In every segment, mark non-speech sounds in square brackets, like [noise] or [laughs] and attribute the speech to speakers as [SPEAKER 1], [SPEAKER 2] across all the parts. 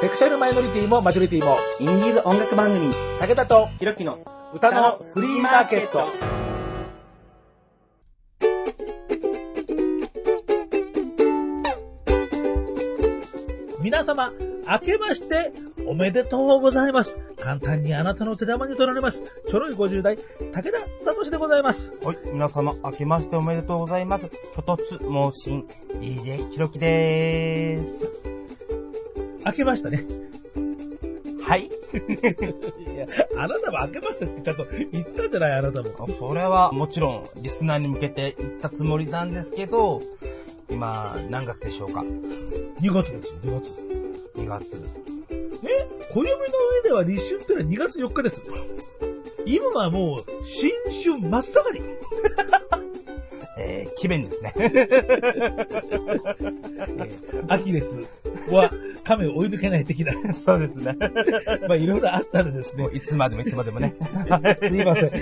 [SPEAKER 1] セクシャルマイノリティもマジョリティも、
[SPEAKER 2] インディーズ音楽番組、
[SPEAKER 1] 武田と
[SPEAKER 2] ひろきの
[SPEAKER 1] 歌のフリーマーケット。皆様、明けましておめでとうございます。簡単にあなたの手玉に取られます。ちょろい50代、武田聡でございます。
[SPEAKER 2] はい、皆様、明けましておめでとうございます。ととつ、盲信、DJ ひろきでーす。
[SPEAKER 1] 明けましたね。
[SPEAKER 2] [laughs] はい。
[SPEAKER 1] いや、あなたも明けましてってちゃんと言ったじゃない、あなたも。
[SPEAKER 2] それはもちろん、リスナーに向けて言ったつもりなんですけど、今、何月でしょうか
[SPEAKER 1] 2月ですよ、2月。
[SPEAKER 2] ?2 月。
[SPEAKER 1] え暦の上では立春ってのは2月4日です。今はもう、新春真っ盛り。
[SPEAKER 2] えー、気弁です [laughs] ね。
[SPEAKER 1] 秋です。は、亀を追い抜けない的な。 [laughs]
[SPEAKER 2] そうですね。
[SPEAKER 1] まあ、いろいろあったんです
[SPEAKER 2] も
[SPEAKER 1] ね。
[SPEAKER 2] ういつまでもいつまでも [laughs] ね。
[SPEAKER 1] [laughs] すいません。はい
[SPEAKER 2] ということで。す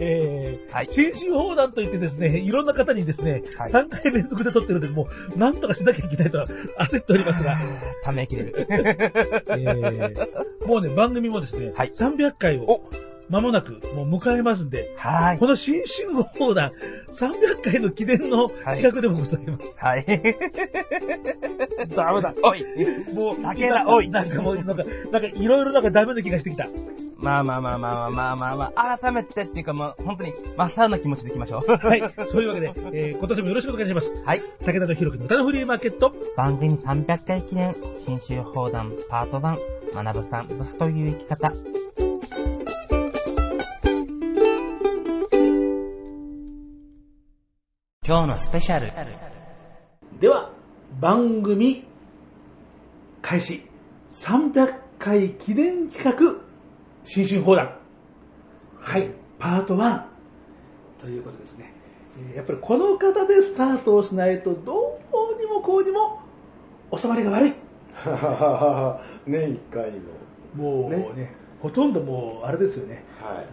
[SPEAKER 1] えー、
[SPEAKER 2] はい。
[SPEAKER 1] 新春放談といってですね、いろんな方にですね、
[SPEAKER 2] はい
[SPEAKER 1] 3回連続で撮ってるので、もう、なんとかしなきゃいけないとは焦っておりますが、
[SPEAKER 2] ため息出る。
[SPEAKER 1] [laughs] えー、もうね、番組もですね、
[SPEAKER 2] はい
[SPEAKER 1] 300回を
[SPEAKER 2] お、
[SPEAKER 1] 間もなく、もう迎えますんで、
[SPEAKER 2] はい。
[SPEAKER 1] この新春放談、300回の記念の企画でもございます。
[SPEAKER 2] はい。
[SPEAKER 1] ダメだ。
[SPEAKER 2] [laughs] おい
[SPEAKER 1] もう、
[SPEAKER 2] 武田おい
[SPEAKER 1] なんかもう、なんか、なんか、いろいろなんかダメな気がしてきた。
[SPEAKER 2] まあまあまあまあまあまあまあまあ、改めてっていうかまあ、本当に、まっさらな気持ちでいきましょう。 [laughs]
[SPEAKER 1] はい。そういうわけで、えー今年もよろしくお願いします。
[SPEAKER 2] はい。
[SPEAKER 1] 武田とひろきの歌のフリーマーケット。
[SPEAKER 2] 番組300回記念、新州放談パート1、学ぶさん、ブスという生き方。今日のスペシャル。
[SPEAKER 1] では、番組、開始、300回記念企画、新春放談。はい。パート1。ということですね。えーやっぱりこの方でスタートをしないと、どうにもこうにも、収まりが悪い。
[SPEAKER 3] 年一回の、
[SPEAKER 1] もうね
[SPEAKER 3] ね
[SPEAKER 1] ほとんどもうあれですよね
[SPEAKER 3] はい、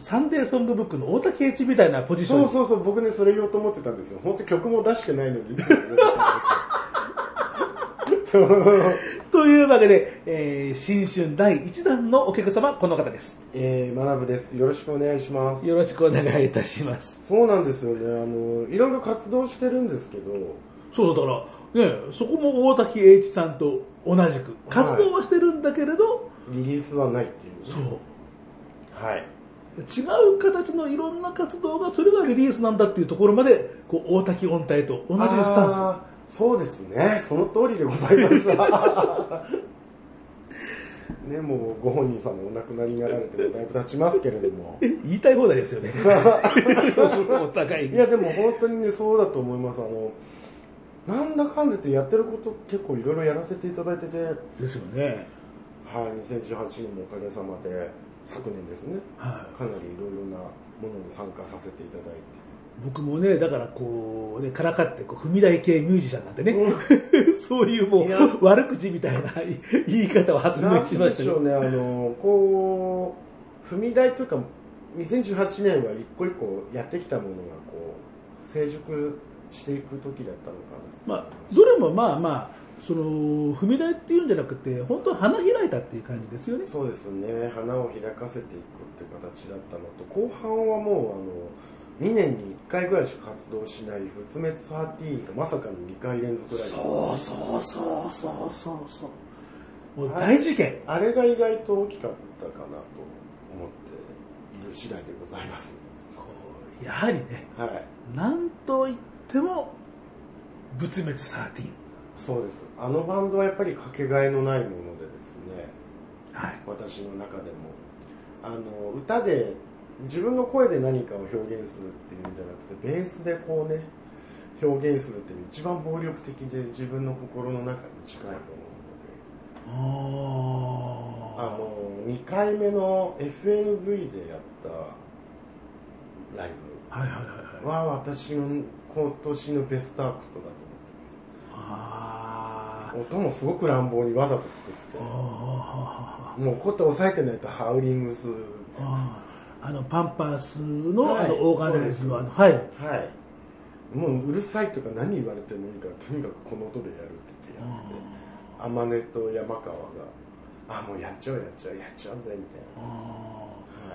[SPEAKER 1] サンデーソングブックの大竹栄一みたいなポジション
[SPEAKER 3] そうそうそう僕ねそれ言おうと思ってたんですよ本当曲も出してないの [laughs] に
[SPEAKER 1] というわけで、えー新春第1弾のお客様この方です
[SPEAKER 3] えー、マナブですよろしくお願いします
[SPEAKER 1] よろしくお願いいたします
[SPEAKER 3] そうなんですよねあのいろいろ活動してるんですけど
[SPEAKER 1] そうだからねそこも大竹栄一さんと同じく活動はしてるんだけれど、
[SPEAKER 3] リリースはないっていう
[SPEAKER 1] そう
[SPEAKER 3] はい
[SPEAKER 1] 違う形のいろんな活動がそれがリリースなんだっていうところまでこう大滝音体と同じスタンス
[SPEAKER 3] あーそうですねその通りでございます [laughs] ねもうご本人さんもお亡くなりになられてもだいぶ経ちますけれども
[SPEAKER 1] 言いたい放題ですよ [laughs] ねお互い
[SPEAKER 3] い
[SPEAKER 1] に
[SPEAKER 3] やでも本当にねそうだと思いますあのなんだかんだってやってること結構いろいろやらせていただいててはい
[SPEAKER 1] ですよね
[SPEAKER 3] 2018年もおかげさまで昨年ですね
[SPEAKER 1] はい
[SPEAKER 3] かなりいろいろなものに参加させていただい
[SPEAKER 1] 僕もね、だからこう、ね、からかってこう踏み台系ミュージシャンなんでね、 [laughs] そういうも
[SPEAKER 3] いや
[SPEAKER 1] う悪口みたいな [laughs] 言い方を発
[SPEAKER 3] てな
[SPEAKER 1] 明
[SPEAKER 3] ん
[SPEAKER 1] しま
[SPEAKER 3] で
[SPEAKER 1] した
[SPEAKER 3] しょ
[SPEAKER 1] よ。
[SPEAKER 3] うねあのこう踏み台というか2018年は一個一個やってきたものがこう成熟していく時だったのかな
[SPEAKER 1] まあ、どれもまあまあ、その踏み台っていうんじゃなくて、本当花開いたっていう感じですよね。
[SPEAKER 3] そうですね花を開かせていくって形だったのと後半はもうあの2年に1回ぐらいしか活動しない「仏滅13」がまさかの2回連続ライブ
[SPEAKER 1] そうそうそうそうそうそう。もう大事件。
[SPEAKER 3] あれが意外と大きかったかなと思っている次第でございます
[SPEAKER 1] こうやはりね、
[SPEAKER 3] はい
[SPEAKER 1] なんといっても、仏滅13。
[SPEAKER 3] そうですあのバンドはやっぱりかけがえのないものでですね
[SPEAKER 1] はい。
[SPEAKER 3] 私の中でもあの歌で自分の声で何かを表現するっていうんじゃなくてベースでこうね表現するっていうのが一番暴力的で自分の心の中に近いものなので
[SPEAKER 1] あ
[SPEAKER 3] あの2回目の FNV でやったライ
[SPEAKER 1] ーはいはいはいはい
[SPEAKER 3] ブ。は私の今年のベストアクトだと思って
[SPEAKER 1] あ
[SPEAKER 3] ます音もすごく乱暴にわざと作
[SPEAKER 1] ー
[SPEAKER 3] っ
[SPEAKER 1] あ
[SPEAKER 3] てもうこと抑えてないとハウリングするみ
[SPEAKER 1] ー
[SPEAKER 3] たいな
[SPEAKER 1] あーあのパンパースの,、
[SPEAKER 3] はい
[SPEAKER 1] あのオーガナイズの
[SPEAKER 3] そうです
[SPEAKER 1] あのはい
[SPEAKER 3] はいもううるさいとか何言われてもいいからとにかくこの音でやるって言ってやって天音と山川があもうやっちゃおうやっちゃおうやっちゃおうぜみたいなは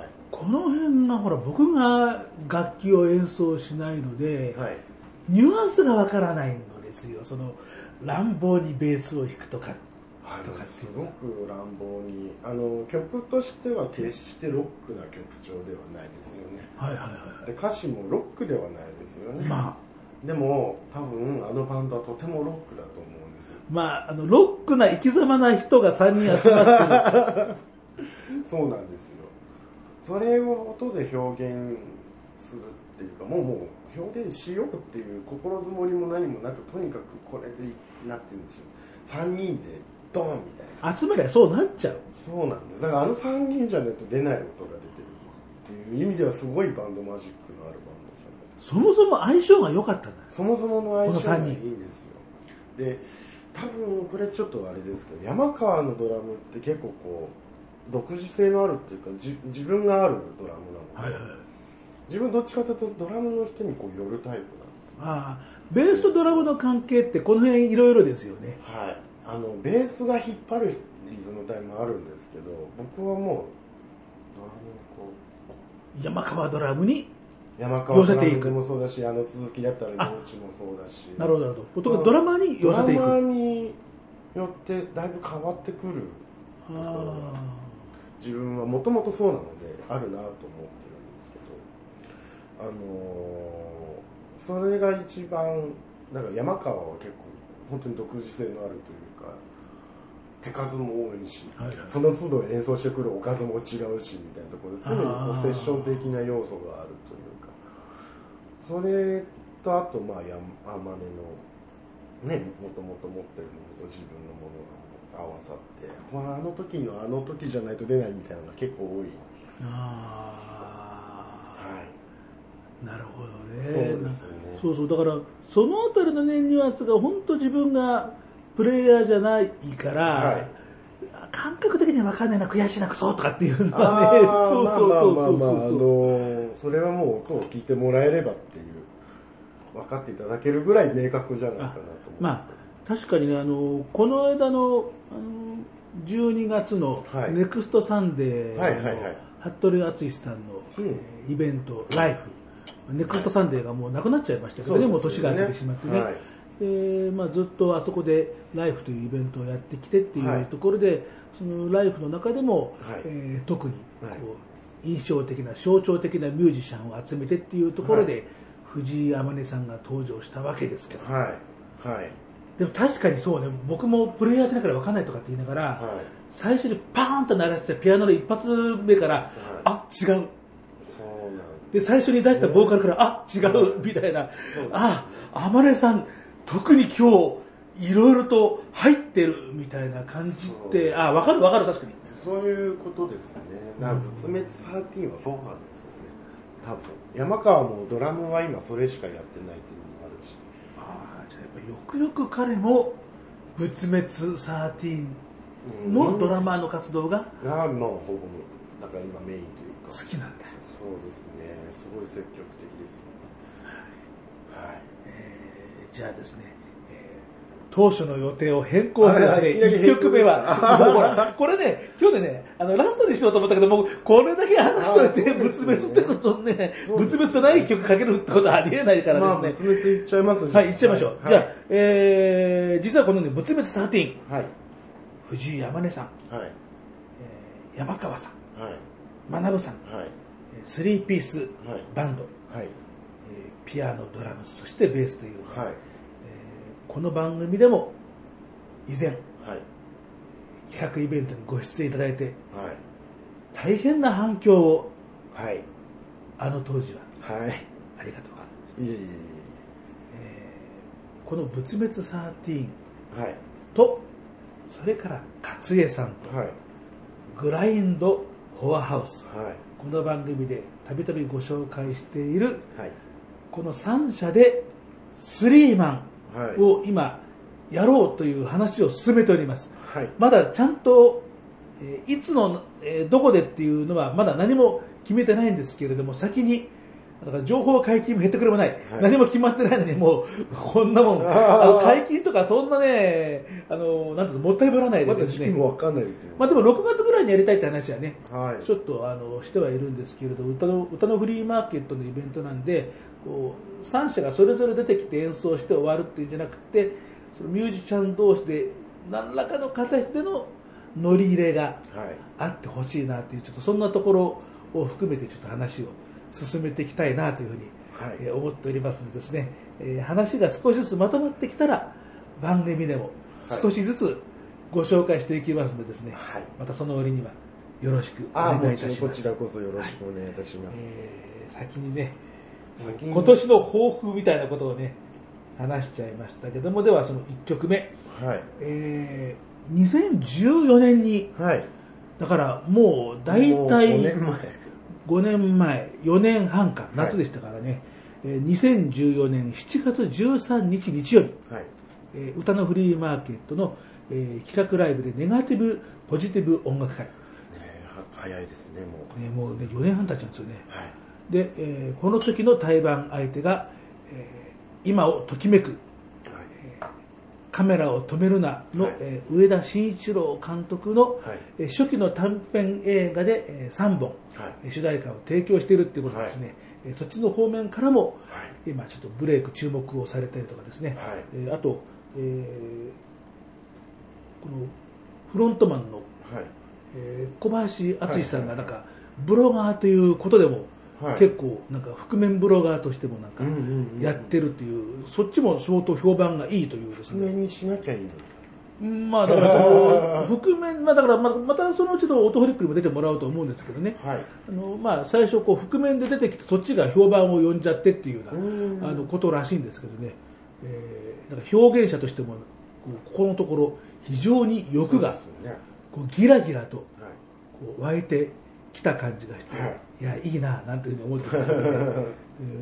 [SPEAKER 3] い
[SPEAKER 1] この辺がほら僕が楽器を演奏しないので、
[SPEAKER 3] はい、
[SPEAKER 1] ニュアンスがわからないのですよその乱暴にベースを弾くとか
[SPEAKER 3] あ
[SPEAKER 1] と
[SPEAKER 3] の
[SPEAKER 1] かって
[SPEAKER 3] す
[SPEAKER 1] いうの
[SPEAKER 3] ごく乱暴にあの曲としては決してロックな曲調ではないですよね
[SPEAKER 1] はいはいはい
[SPEAKER 3] で歌詞もロックではないですよね
[SPEAKER 1] ま
[SPEAKER 3] でも多分あのバンドはとてもロックだと思うんですよ
[SPEAKER 1] まああのロックな生き様な人が3人集まってる
[SPEAKER 3] そうなんですよそれを音で表現するっていうかもうもう表現しようっていう心づもりも何もなくとにかくこれでなってるんですよ3人でドンみたいな
[SPEAKER 1] 集めりゃそうなっちゃう
[SPEAKER 3] そうなんですだからあの3人じゃないと出ない音が出てるっていう意味ではすごいバンドマジックのあるバンドじゃない
[SPEAKER 1] そもそも相性が良かったんだ
[SPEAKER 3] そもそもの相性
[SPEAKER 1] この
[SPEAKER 3] がいい
[SPEAKER 1] 三人
[SPEAKER 3] んですよで多分これちょっとあれですけど山川のドラムって結構こう独自性のあるっていうかじ自分があるドラムなので、自分どっちかというとドラムの人にこう寄るタイプなんで
[SPEAKER 1] ああベースとドラムの関係ってこの辺いろいろですよね
[SPEAKER 3] すはいあのベースが引っ張るリズム帯もあるんですけど僕はもうドラムをこう
[SPEAKER 1] 山川ドラムに
[SPEAKER 3] 山川さん
[SPEAKER 1] 寄せていく
[SPEAKER 3] もそうだしあの続きだったら幼稚もそうだし
[SPEAKER 1] なるほどなるほどドラマに寄せていく
[SPEAKER 3] ドラマによってだいぶ変わってくる
[SPEAKER 1] あ
[SPEAKER 3] 自分はもともとそうなのであるなと思ってるんですけどあのーそれが一番なんか山川は結構本当に独自性のあるというか手数も多いし、
[SPEAKER 1] はいはい
[SPEAKER 3] その都度演奏してくるおかずも違うしみたいなところで常にこ
[SPEAKER 1] あ
[SPEAKER 3] う
[SPEAKER 1] ー
[SPEAKER 3] セッション的な要素があるというかそれとあとまあやあまねのねもともと持ってるものと自分のものが合わさって、まあ、あの時のあの時じゃないと出ないみたいなのが結構多い、
[SPEAKER 1] ああ
[SPEAKER 3] はい、
[SPEAKER 1] あなるほど
[SPEAKER 3] そう
[SPEAKER 1] ね
[SPEAKER 3] ですよね
[SPEAKER 1] そうそうだからそのあたりのねニュアンスが本当自分がプレイヤーじゃないから、
[SPEAKER 3] はい
[SPEAKER 1] 感覚的には分かんないな悔しいなクソとかっていうの
[SPEAKER 3] あ [laughs]
[SPEAKER 1] はね
[SPEAKER 3] ー
[SPEAKER 1] そうそうそう
[SPEAKER 3] まあまあまあ
[SPEAKER 1] そ
[SPEAKER 3] まああ
[SPEAKER 1] うそ
[SPEAKER 3] の
[SPEAKER 1] う
[SPEAKER 3] ーそれはもう音を聞いてもらえればっていう分かっていただけるぐらい明確じゃないかなと思うんですよ
[SPEAKER 1] まあ確かにねあのこの間のあの12月の
[SPEAKER 3] はい
[SPEAKER 1] ネクストサンデーの、
[SPEAKER 3] はいはいはい
[SPEAKER 1] 服部敦史さんの、
[SPEAKER 3] うん
[SPEAKER 1] えーイベントライフネクストサンデーがもうなくなっちゃいましたけど
[SPEAKER 3] そう
[SPEAKER 1] ね
[SPEAKER 3] ですよね
[SPEAKER 1] もう年が明けてしまってね、
[SPEAKER 3] はい
[SPEAKER 1] でまあ、ずっとあそこでライフというイベントをやってきてってい
[SPEAKER 3] は
[SPEAKER 1] う
[SPEAKER 3] い
[SPEAKER 1] ところで、そのライフの中でも、
[SPEAKER 3] はい
[SPEAKER 1] えー特に
[SPEAKER 3] はい
[SPEAKER 1] こう印象的な象徴的なミュージシャンを集めてっていうところで、
[SPEAKER 3] は
[SPEAKER 1] 藤井天音さんが登場したわけですけど
[SPEAKER 3] はいはい
[SPEAKER 1] でも確かにそうね僕もプレイヤーしながら分かんないとかって言いながら、
[SPEAKER 3] はい
[SPEAKER 1] 最初にパーンと鳴らしてたピアノの一発目から、あ違う
[SPEAKER 3] そうなんです
[SPEAKER 1] で最初に出したボーカルから、あ違うみたいな、ああ天音さん特に今日いろいろと入ってるみたいな感じってあ分かる分かる確かに
[SPEAKER 3] そういうことですね。なんか仏滅13はそうなんですよね。多分山川もドラムは今それしかやってないっていうのもあるし。
[SPEAKER 1] あーじゃあやっぱよくよく彼も仏滅13のドラマーの活動が
[SPEAKER 3] がまあほぼだから今メインという
[SPEAKER 1] 好
[SPEAKER 3] か。そう
[SPEAKER 1] きなんだ、
[SPEAKER 3] ですね。すごい積極的ですよね。はい。
[SPEAKER 1] えーじゃあですね、えー当初の予定を変更してですね、
[SPEAKER 3] あいきなり
[SPEAKER 1] 1
[SPEAKER 3] 変更
[SPEAKER 1] 曲目
[SPEAKER 3] [laughs]
[SPEAKER 1] は、もうほら、これね、今日でね、あの、ラストにしようと思ったけど、もう、これだけ話しといて、
[SPEAKER 3] あー
[SPEAKER 1] 仏
[SPEAKER 3] そうで
[SPEAKER 1] 滅
[SPEAKER 3] す
[SPEAKER 1] って
[SPEAKER 3] ね
[SPEAKER 1] ことね、
[SPEAKER 3] そうで
[SPEAKER 1] 仏
[SPEAKER 3] すね
[SPEAKER 1] 滅じゃない曲かけるってことはありえないから
[SPEAKER 3] まあ
[SPEAKER 1] で
[SPEAKER 3] 仏
[SPEAKER 1] すね。
[SPEAKER 3] 滅いっちゃいます
[SPEAKER 1] はい、いっちゃいましょう。
[SPEAKER 3] はい
[SPEAKER 1] じゃあ、えー、実はこのね、仏滅13、
[SPEAKER 3] はい
[SPEAKER 1] 藤井山根さん、
[SPEAKER 3] はい
[SPEAKER 1] えー山川さん、
[SPEAKER 3] はい
[SPEAKER 1] 学さん、
[SPEAKER 3] はい
[SPEAKER 1] えースリーピース
[SPEAKER 3] はい
[SPEAKER 1] バンド、
[SPEAKER 3] はい
[SPEAKER 1] えーピアノ、ドラム、そしてベースというね、
[SPEAKER 3] はい
[SPEAKER 1] えーこの番組でも、以前、
[SPEAKER 3] はい
[SPEAKER 1] 企画イベントにご出演いただいて
[SPEAKER 3] はい
[SPEAKER 1] 大変な反響を
[SPEAKER 3] はい
[SPEAKER 1] あの当時は
[SPEAKER 3] はい
[SPEAKER 1] ありがとう、
[SPEAKER 3] いいいいいい
[SPEAKER 1] えーこの「仏滅13
[SPEAKER 3] はい」
[SPEAKER 1] とそれから勝江さんと
[SPEAKER 3] はい
[SPEAKER 1] 「グラインド・フォアハウス
[SPEAKER 3] はい」
[SPEAKER 1] この番組でたびたびご紹介している
[SPEAKER 3] はい
[SPEAKER 1] この3社でスリーマ
[SPEAKER 3] はい
[SPEAKER 1] ンを今やろうという話を進めております
[SPEAKER 3] はい
[SPEAKER 1] まだちゃんと、えーいつの、えーどこでっていうのはまだ何も決めてないんですけれども先にだから情報解禁も減ってくれもない,、
[SPEAKER 3] はい
[SPEAKER 1] 何も決まってないのに、もう、こんなもん、あの解禁とか、そんなね、あの、なんつうの、もったいぶらないで
[SPEAKER 3] まだ
[SPEAKER 1] です
[SPEAKER 3] 時
[SPEAKER 1] ね。
[SPEAKER 3] 期もわかんないですよ。
[SPEAKER 1] まあでも6月ぐらいにやりたいって話はね、
[SPEAKER 3] はい
[SPEAKER 1] ちょっとあのしてはいるんですけれど歌の歌のフリーマーケットのイベントなんでこう3社がそれぞれ出てきて演奏して終わるっていうんじゃなくてそのミュージシャン同士で何らかの形での乗り入れが
[SPEAKER 3] はい。
[SPEAKER 1] あってほしいなっていうちょっとそんなところを含めてちょっと話を進めていきたいなというふうに、
[SPEAKER 3] はい
[SPEAKER 1] えー思っておりますのでですね、えー話が少しずつまとまってきたら番組でも
[SPEAKER 3] はい
[SPEAKER 1] 少しずつご紹介していきますのでですね、
[SPEAKER 3] はい
[SPEAKER 1] またその折にはよろしくお
[SPEAKER 3] ああ、
[SPEAKER 1] 願い
[SPEAKER 3] も
[SPEAKER 1] い
[SPEAKER 3] ち
[SPEAKER 1] た
[SPEAKER 3] ろん
[SPEAKER 1] し
[SPEAKER 3] こ
[SPEAKER 1] ま
[SPEAKER 3] ち
[SPEAKER 1] す
[SPEAKER 3] らこそよろしくお願いいたします。
[SPEAKER 1] えー先にね
[SPEAKER 3] 先に
[SPEAKER 1] 今年の抱負みたいなことをね話しちゃいましたけどもではその1曲目、
[SPEAKER 3] はい。
[SPEAKER 1] えー2014年に
[SPEAKER 3] はい。
[SPEAKER 1] だからもう大
[SPEAKER 3] もう
[SPEAKER 1] 体
[SPEAKER 3] 5年前。
[SPEAKER 1] 5年前、4年半か、夏でしたからね、えー2014年7月13日日曜日、
[SPEAKER 3] はい。
[SPEAKER 1] えー歌のフリーマーケットの、えー企画ライブでネガティブ・ポジティブ音楽会、
[SPEAKER 3] ねは早いですね、もう。
[SPEAKER 1] ね、もう、ね、4年半経っちゃうんですよね、
[SPEAKER 3] はい。
[SPEAKER 1] でえーこの時の対バン相手が、えー今をときめく
[SPEAKER 3] はい。
[SPEAKER 1] カメラを止めるなの、
[SPEAKER 3] はい
[SPEAKER 1] えー上田慎一郎監督の、
[SPEAKER 3] はい
[SPEAKER 1] えー初期の短編映画で、え3本、
[SPEAKER 3] はい
[SPEAKER 1] えー主題歌を提供しているということですね、えーそっちの方面からも、
[SPEAKER 3] はい
[SPEAKER 1] 今ちょっとブレイク注目をされたりとかですね、
[SPEAKER 3] はい
[SPEAKER 1] えーあと、えーこのフロントマンの、
[SPEAKER 3] はい。
[SPEAKER 1] えー小林敦さんがなんか、ブロガーということでも、
[SPEAKER 3] はい
[SPEAKER 1] 結構なんか覆面ブロガーとしてもなんか
[SPEAKER 3] うんうんうん
[SPEAKER 1] やってるっていう、そっちも相当評判がいいというです
[SPEAKER 3] 上
[SPEAKER 1] ね、
[SPEAKER 3] にしなきゃいいのに。
[SPEAKER 1] うんまあだからその覆面、まあだからまあまたそのうちのオートホリックにも出てもらおうと思うんですけどね。
[SPEAKER 3] はい。
[SPEAKER 1] あのまあ最初こう覆面で出てきてそっちが評判を呼んじゃってっていうよう
[SPEAKER 3] うん
[SPEAKER 1] なあのことらしいんですけどね。えー、なんか表現者としてもこうここのところ非常に欲が
[SPEAKER 3] そうですよね。
[SPEAKER 1] こうギラギラと
[SPEAKER 3] はい。
[SPEAKER 1] こう湧いてきた感じがして、
[SPEAKER 3] はい
[SPEAKER 1] い、やいいななんていうふうに思ってますけどね、え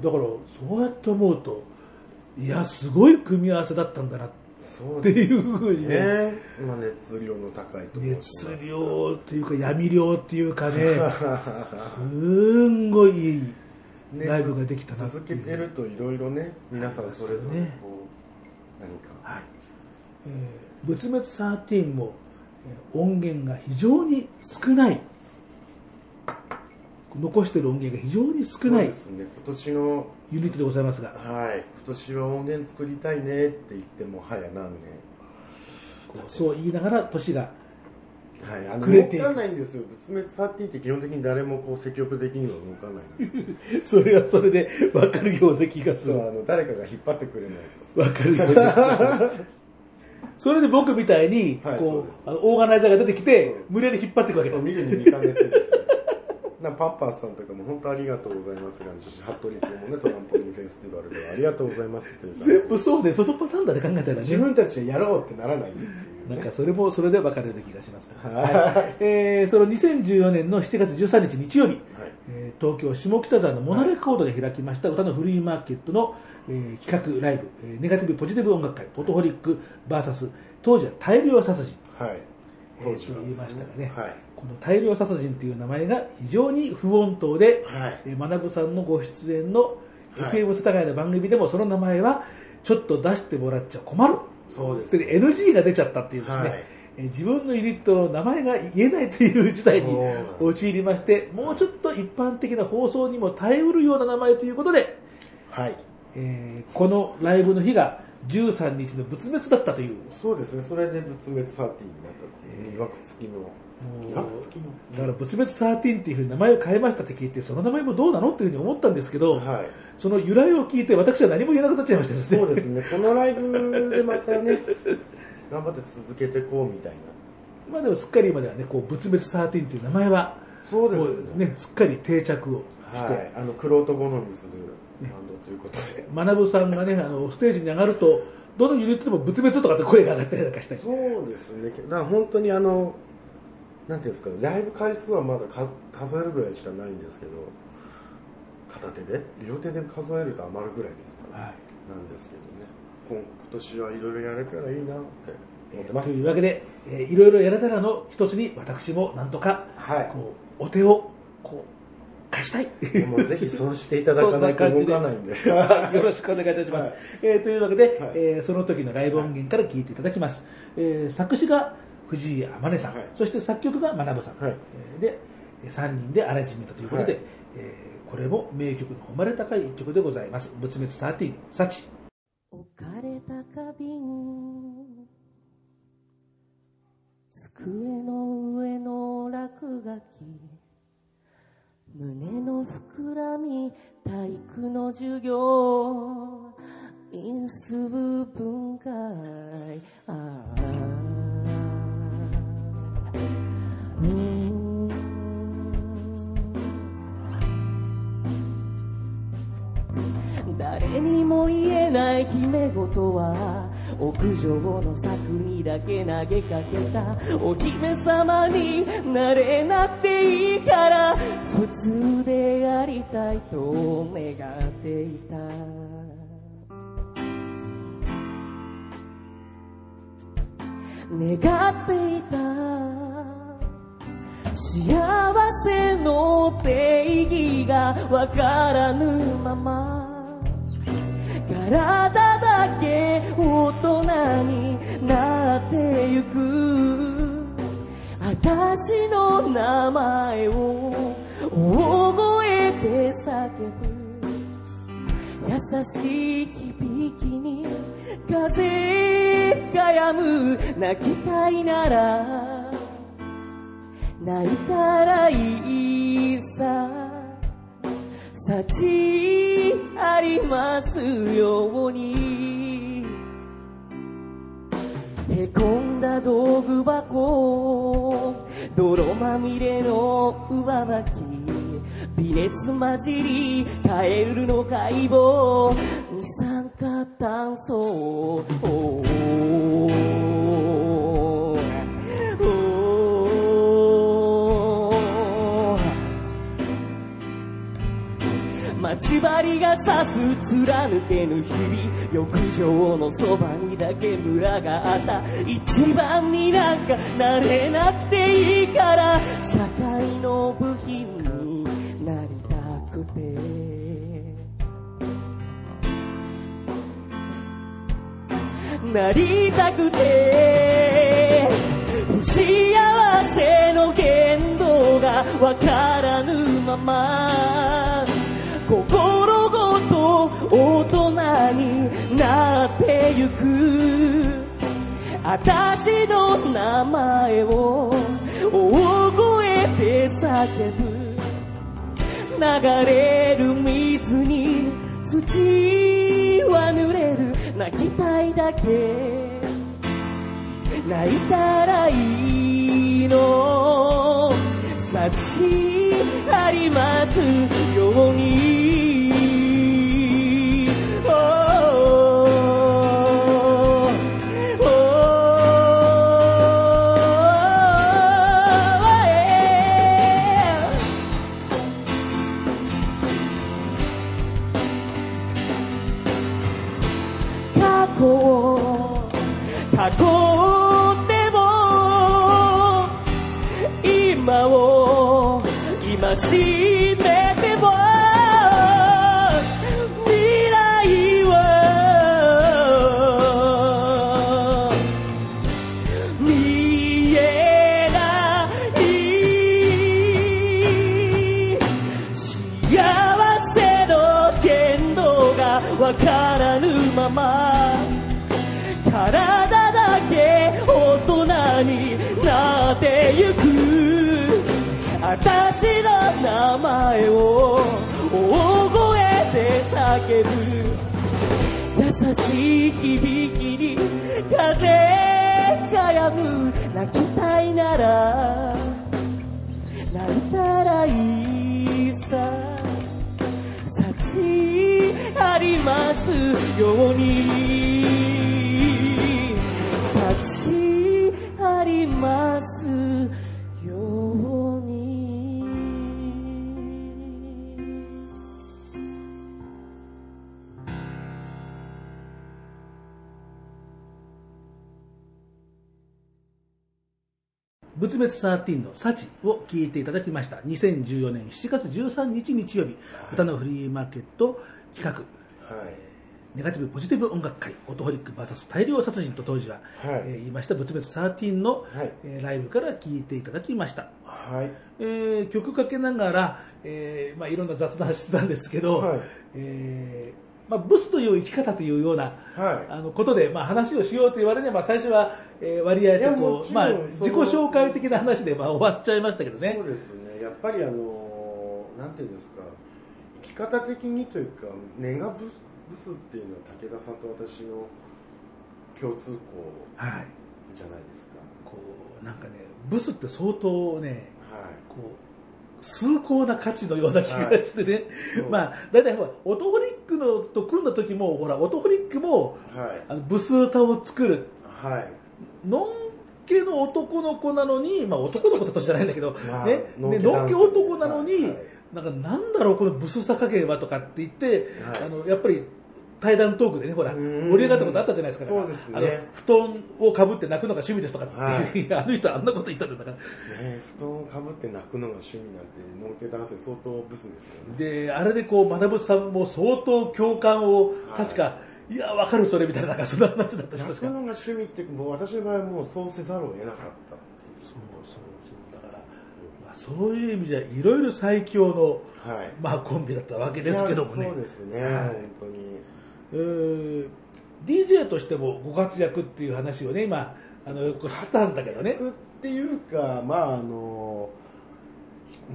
[SPEAKER 1] ーだからそうやって思うといやすごい組み合わせだったんだなっ
[SPEAKER 3] そう
[SPEAKER 1] て
[SPEAKER 3] です
[SPEAKER 1] いうふうにね
[SPEAKER 3] ね。今、熱量の高いところ。
[SPEAKER 1] 熱量というか闇量というかね
[SPEAKER 3] [laughs]
[SPEAKER 1] すんごいいい
[SPEAKER 3] ね
[SPEAKER 1] ライブができたなっ
[SPEAKER 3] 続
[SPEAKER 1] て
[SPEAKER 3] け
[SPEAKER 1] いう、
[SPEAKER 3] てるといろいろね皆さんそれぞれこう、何か
[SPEAKER 1] はいえー仏滅13も、えー音源が非常に少ない残してる音源が非常に少
[SPEAKER 3] そう
[SPEAKER 1] ない
[SPEAKER 3] ですね今年の
[SPEAKER 1] ユニットでございますが
[SPEAKER 3] はい今年は音源作りたいねって言ってもはや何
[SPEAKER 1] そう言いながら年が [laughs]
[SPEAKER 3] 年はいあの
[SPEAKER 1] くれてい
[SPEAKER 3] 動
[SPEAKER 1] く
[SPEAKER 3] かないんですよ仏滅13って基本的に誰もこう積極的には動かない
[SPEAKER 1] それはそれで分かるような気がす
[SPEAKER 3] [laughs] そ
[SPEAKER 1] る
[SPEAKER 3] うあの誰かが引っ張ってくれない
[SPEAKER 1] わかるよ、それで僕みたいに、
[SPEAKER 3] はいそう
[SPEAKER 1] こ
[SPEAKER 3] で
[SPEAKER 1] う、
[SPEAKER 3] す
[SPEAKER 1] あのオーガナイザーが出てきて
[SPEAKER 3] そう、
[SPEAKER 1] 無理やり引っ張っていくわけ
[SPEAKER 3] と
[SPEAKER 1] だ
[SPEAKER 3] そう。見るに見かねてですね [laughs] なパッパースさんとかも本当ありがとうございますが服部君もねトランポリンフェスティバルではありがとうございますっていう感じ
[SPEAKER 1] 全部そうで、そのパターンだね、考えたら
[SPEAKER 3] 自
[SPEAKER 1] ね。
[SPEAKER 3] 分たちでやろうってならないっていう
[SPEAKER 1] なんかそれもそれで分かるような気がします。はいえーその2014年の7月13日日曜日、えー東京下北沢のモナレコードで開きました歌のフリーマーケットの、えー企画ライブ、えーネガティブポジティブ音楽会、フォトホリック VS 当時は大量殺人。
[SPEAKER 3] [laughs] はい。
[SPEAKER 1] えーと言いましたがね、
[SPEAKER 3] はい。
[SPEAKER 1] この大量殺人という名前が非常に不穏当で、
[SPEAKER 3] はい
[SPEAKER 1] えー学さんのご出演の
[SPEAKER 3] はい
[SPEAKER 1] FM 世田谷の番組でもその名前はちょっと出してもらっちゃ困る
[SPEAKER 3] そうです
[SPEAKER 1] で NG が出ちゃったっていうですね、
[SPEAKER 3] はい
[SPEAKER 1] えー自分のユニットの名前が言えないという事態に
[SPEAKER 3] そうなんです
[SPEAKER 1] 陥りましてもうちょっと一般的な放送にも耐えうるような名前ということで、
[SPEAKER 3] はい。
[SPEAKER 1] えーこのライブの日が13日の仏滅だったという
[SPEAKER 3] そうですね。それで仏滅サーティーになったっていう。いわくつきの。いわくつきの。
[SPEAKER 1] だから仏滅13っていうふうに名前を変えましたって聞いてその名前もどうなのっていうふうに思ったんですけど、
[SPEAKER 3] はい。
[SPEAKER 1] その由来を聞いて私は何も言えなくなっちゃいましたですね
[SPEAKER 3] そうですね。このライブでまたね、 [laughs] 頑張って続けてこうみたいな。
[SPEAKER 1] まあでもすっかり今ではねこう仏滅13という名前は
[SPEAKER 3] そうですね
[SPEAKER 1] こねすっかり定着をして、
[SPEAKER 3] はい。あの、クロート好みするバンドということで。
[SPEAKER 1] 学さんがねあのステージに上がるとどのユニットでも仏滅とかって声が上がったりなんかしたり
[SPEAKER 3] そうですね。だから本当にあの、なんていうんですか、ライブ回数はまだか数えるぐらいしかないんですけど、片手で、両手で数えると余るぐらいですから、
[SPEAKER 1] はい
[SPEAKER 3] なんですけどね。今今年はいろいろやれたらいいなって思ってま
[SPEAKER 1] と
[SPEAKER 3] す。
[SPEAKER 1] いうわけで、えーいろいろやれたらの一つに私もなんとか、
[SPEAKER 3] はい
[SPEAKER 1] こうお手をこう貸したい
[SPEAKER 3] でもぜひそうしていただかないと動かないん [laughs] で。
[SPEAKER 1] はい [laughs] よろしくお願いいたします、
[SPEAKER 3] はい
[SPEAKER 1] えーというわけで、
[SPEAKER 3] はい
[SPEAKER 1] えーその時のライブ音源から聞いていただきます、えー作詞が藤井天音さん、
[SPEAKER 3] はい
[SPEAKER 1] そして作曲が学さん、
[SPEAKER 3] はい
[SPEAKER 1] えーで3人でアレンジメントということで、
[SPEAKER 3] はい
[SPEAKER 1] えーこれも名曲の誉れ高い一曲でございます「仏滅13サチ
[SPEAKER 4] 置かれた花瓶机の上の落書き胸の膨らみ体育の授業因数分解ああうん誰にも言えない秘め事は屋上の柵にだけ投げかけたお姫様になれなくていいから普通でやりたいと願っていた願っていた幸せの定義がわからぬまま体だけ大人になってゆく私の名前を大声で叫ぶ優しい響きに風がやむ泣きたいなら泣いたらいいさ幸ありますようにへこんだ道具箱泥まみれの上履き微熱混じりカエルの解剖二酸化炭素待ち針が刺す貫けぬ日々浴場のそばにだけムラがあった一番になんかなれなくていいから社会の部品になりたくてなりたくて不幸せの言動がわからぬまま心ごと大人になってゆく私の名前を大声で叫ぶ流れる水に土は濡れる泣きたいだけ泣いたらいいの幸ありますように Oh, oh, yeah. 過去を過去でも今を今しめても未来は見えない幸せの言動がわからぬまま体だけ大人になってゆく私の名前を大声で叫ぶ優しい響きに風がやむ泣きたいなら泣いたらいいさ幸ありますように幸ありますように
[SPEAKER 1] 仏滅13のサチを聞いていただきました。2014年7月13日日曜日、歌のフリーマーケット企画、
[SPEAKER 3] はい
[SPEAKER 1] ネガティブポジティブ音楽会、オートホリック VS 大量殺人と当時は、
[SPEAKER 3] はい
[SPEAKER 1] えー言いました、仏滅13の、
[SPEAKER 3] はい
[SPEAKER 1] えーライブから聞いていただきました。
[SPEAKER 3] はい
[SPEAKER 1] えー曲かけながら、えーまあ、いろんな雑談してたんですけど、
[SPEAKER 3] はい
[SPEAKER 1] えーまあ、ブスという生き方というような、
[SPEAKER 3] はい
[SPEAKER 1] あのことで、まあ、話をしようと言われれば最初は、えー割合と
[SPEAKER 3] いやも
[SPEAKER 1] こ
[SPEAKER 3] ち
[SPEAKER 1] う、
[SPEAKER 3] ろん
[SPEAKER 1] まあ
[SPEAKER 3] その、
[SPEAKER 1] 自己紹介的な話で、まあ、終わっちゃいましたけどね
[SPEAKER 3] そうですねやっぱりあのなんていうんですか生き方的にというかネガブスブスっていうのは武田さんと私の共通項
[SPEAKER 1] はい
[SPEAKER 3] じゃないですか
[SPEAKER 1] こうなんかねブスって相当ね
[SPEAKER 3] はい
[SPEAKER 1] こう崇高な価値のような気がしてね、
[SPEAKER 3] はい
[SPEAKER 1] まあ大体ほらオトホリックのと組んだ時もほらオトホリックも
[SPEAKER 3] はい
[SPEAKER 1] あのブス歌を作る
[SPEAKER 3] はい
[SPEAKER 1] のんけの男の子なのに、まあ、男の子って年じゃないんだけど、
[SPEAKER 3] まあ
[SPEAKER 1] ね
[SPEAKER 3] のん
[SPEAKER 1] ね
[SPEAKER 3] け
[SPEAKER 1] のんけ男なのに、
[SPEAKER 3] はいはい
[SPEAKER 1] なんかなんだろう、このブスさ加減はとかって言って、
[SPEAKER 3] はい
[SPEAKER 1] あのやっぱり対談トークでね、ほら、
[SPEAKER 3] うん
[SPEAKER 1] 盛り上がったことあったじゃないですか、
[SPEAKER 3] そうですね
[SPEAKER 1] あの布団をかぶって泣くのが趣味ですとかって、、
[SPEAKER 3] はい
[SPEAKER 1] やあの人、あんなこと言ったんだから。
[SPEAKER 3] ね布団をかぶって泣くのが趣味なんてのんけ男性相当ブスですよね
[SPEAKER 1] であれでこう学ぶさんも相当共感を確か、い、やわかるそれみたいななんかそんな話だったし
[SPEAKER 3] 泣
[SPEAKER 1] 確
[SPEAKER 3] く
[SPEAKER 1] か
[SPEAKER 3] のが趣味ってもう私の場合はもうそうせざるを得なかった
[SPEAKER 1] そうそうそうだから、まあ、そういう意味じゃいろいろ最強の、
[SPEAKER 3] はい
[SPEAKER 1] まあ、コンビだったわけですけども
[SPEAKER 3] い
[SPEAKER 1] ね
[SPEAKER 3] やそうですね、
[SPEAKER 1] はい
[SPEAKER 3] 本当に
[SPEAKER 1] えー DJ としてもご活躍っていう話をね今あのこうしてたんだけどね
[SPEAKER 3] 僕っていうかまああの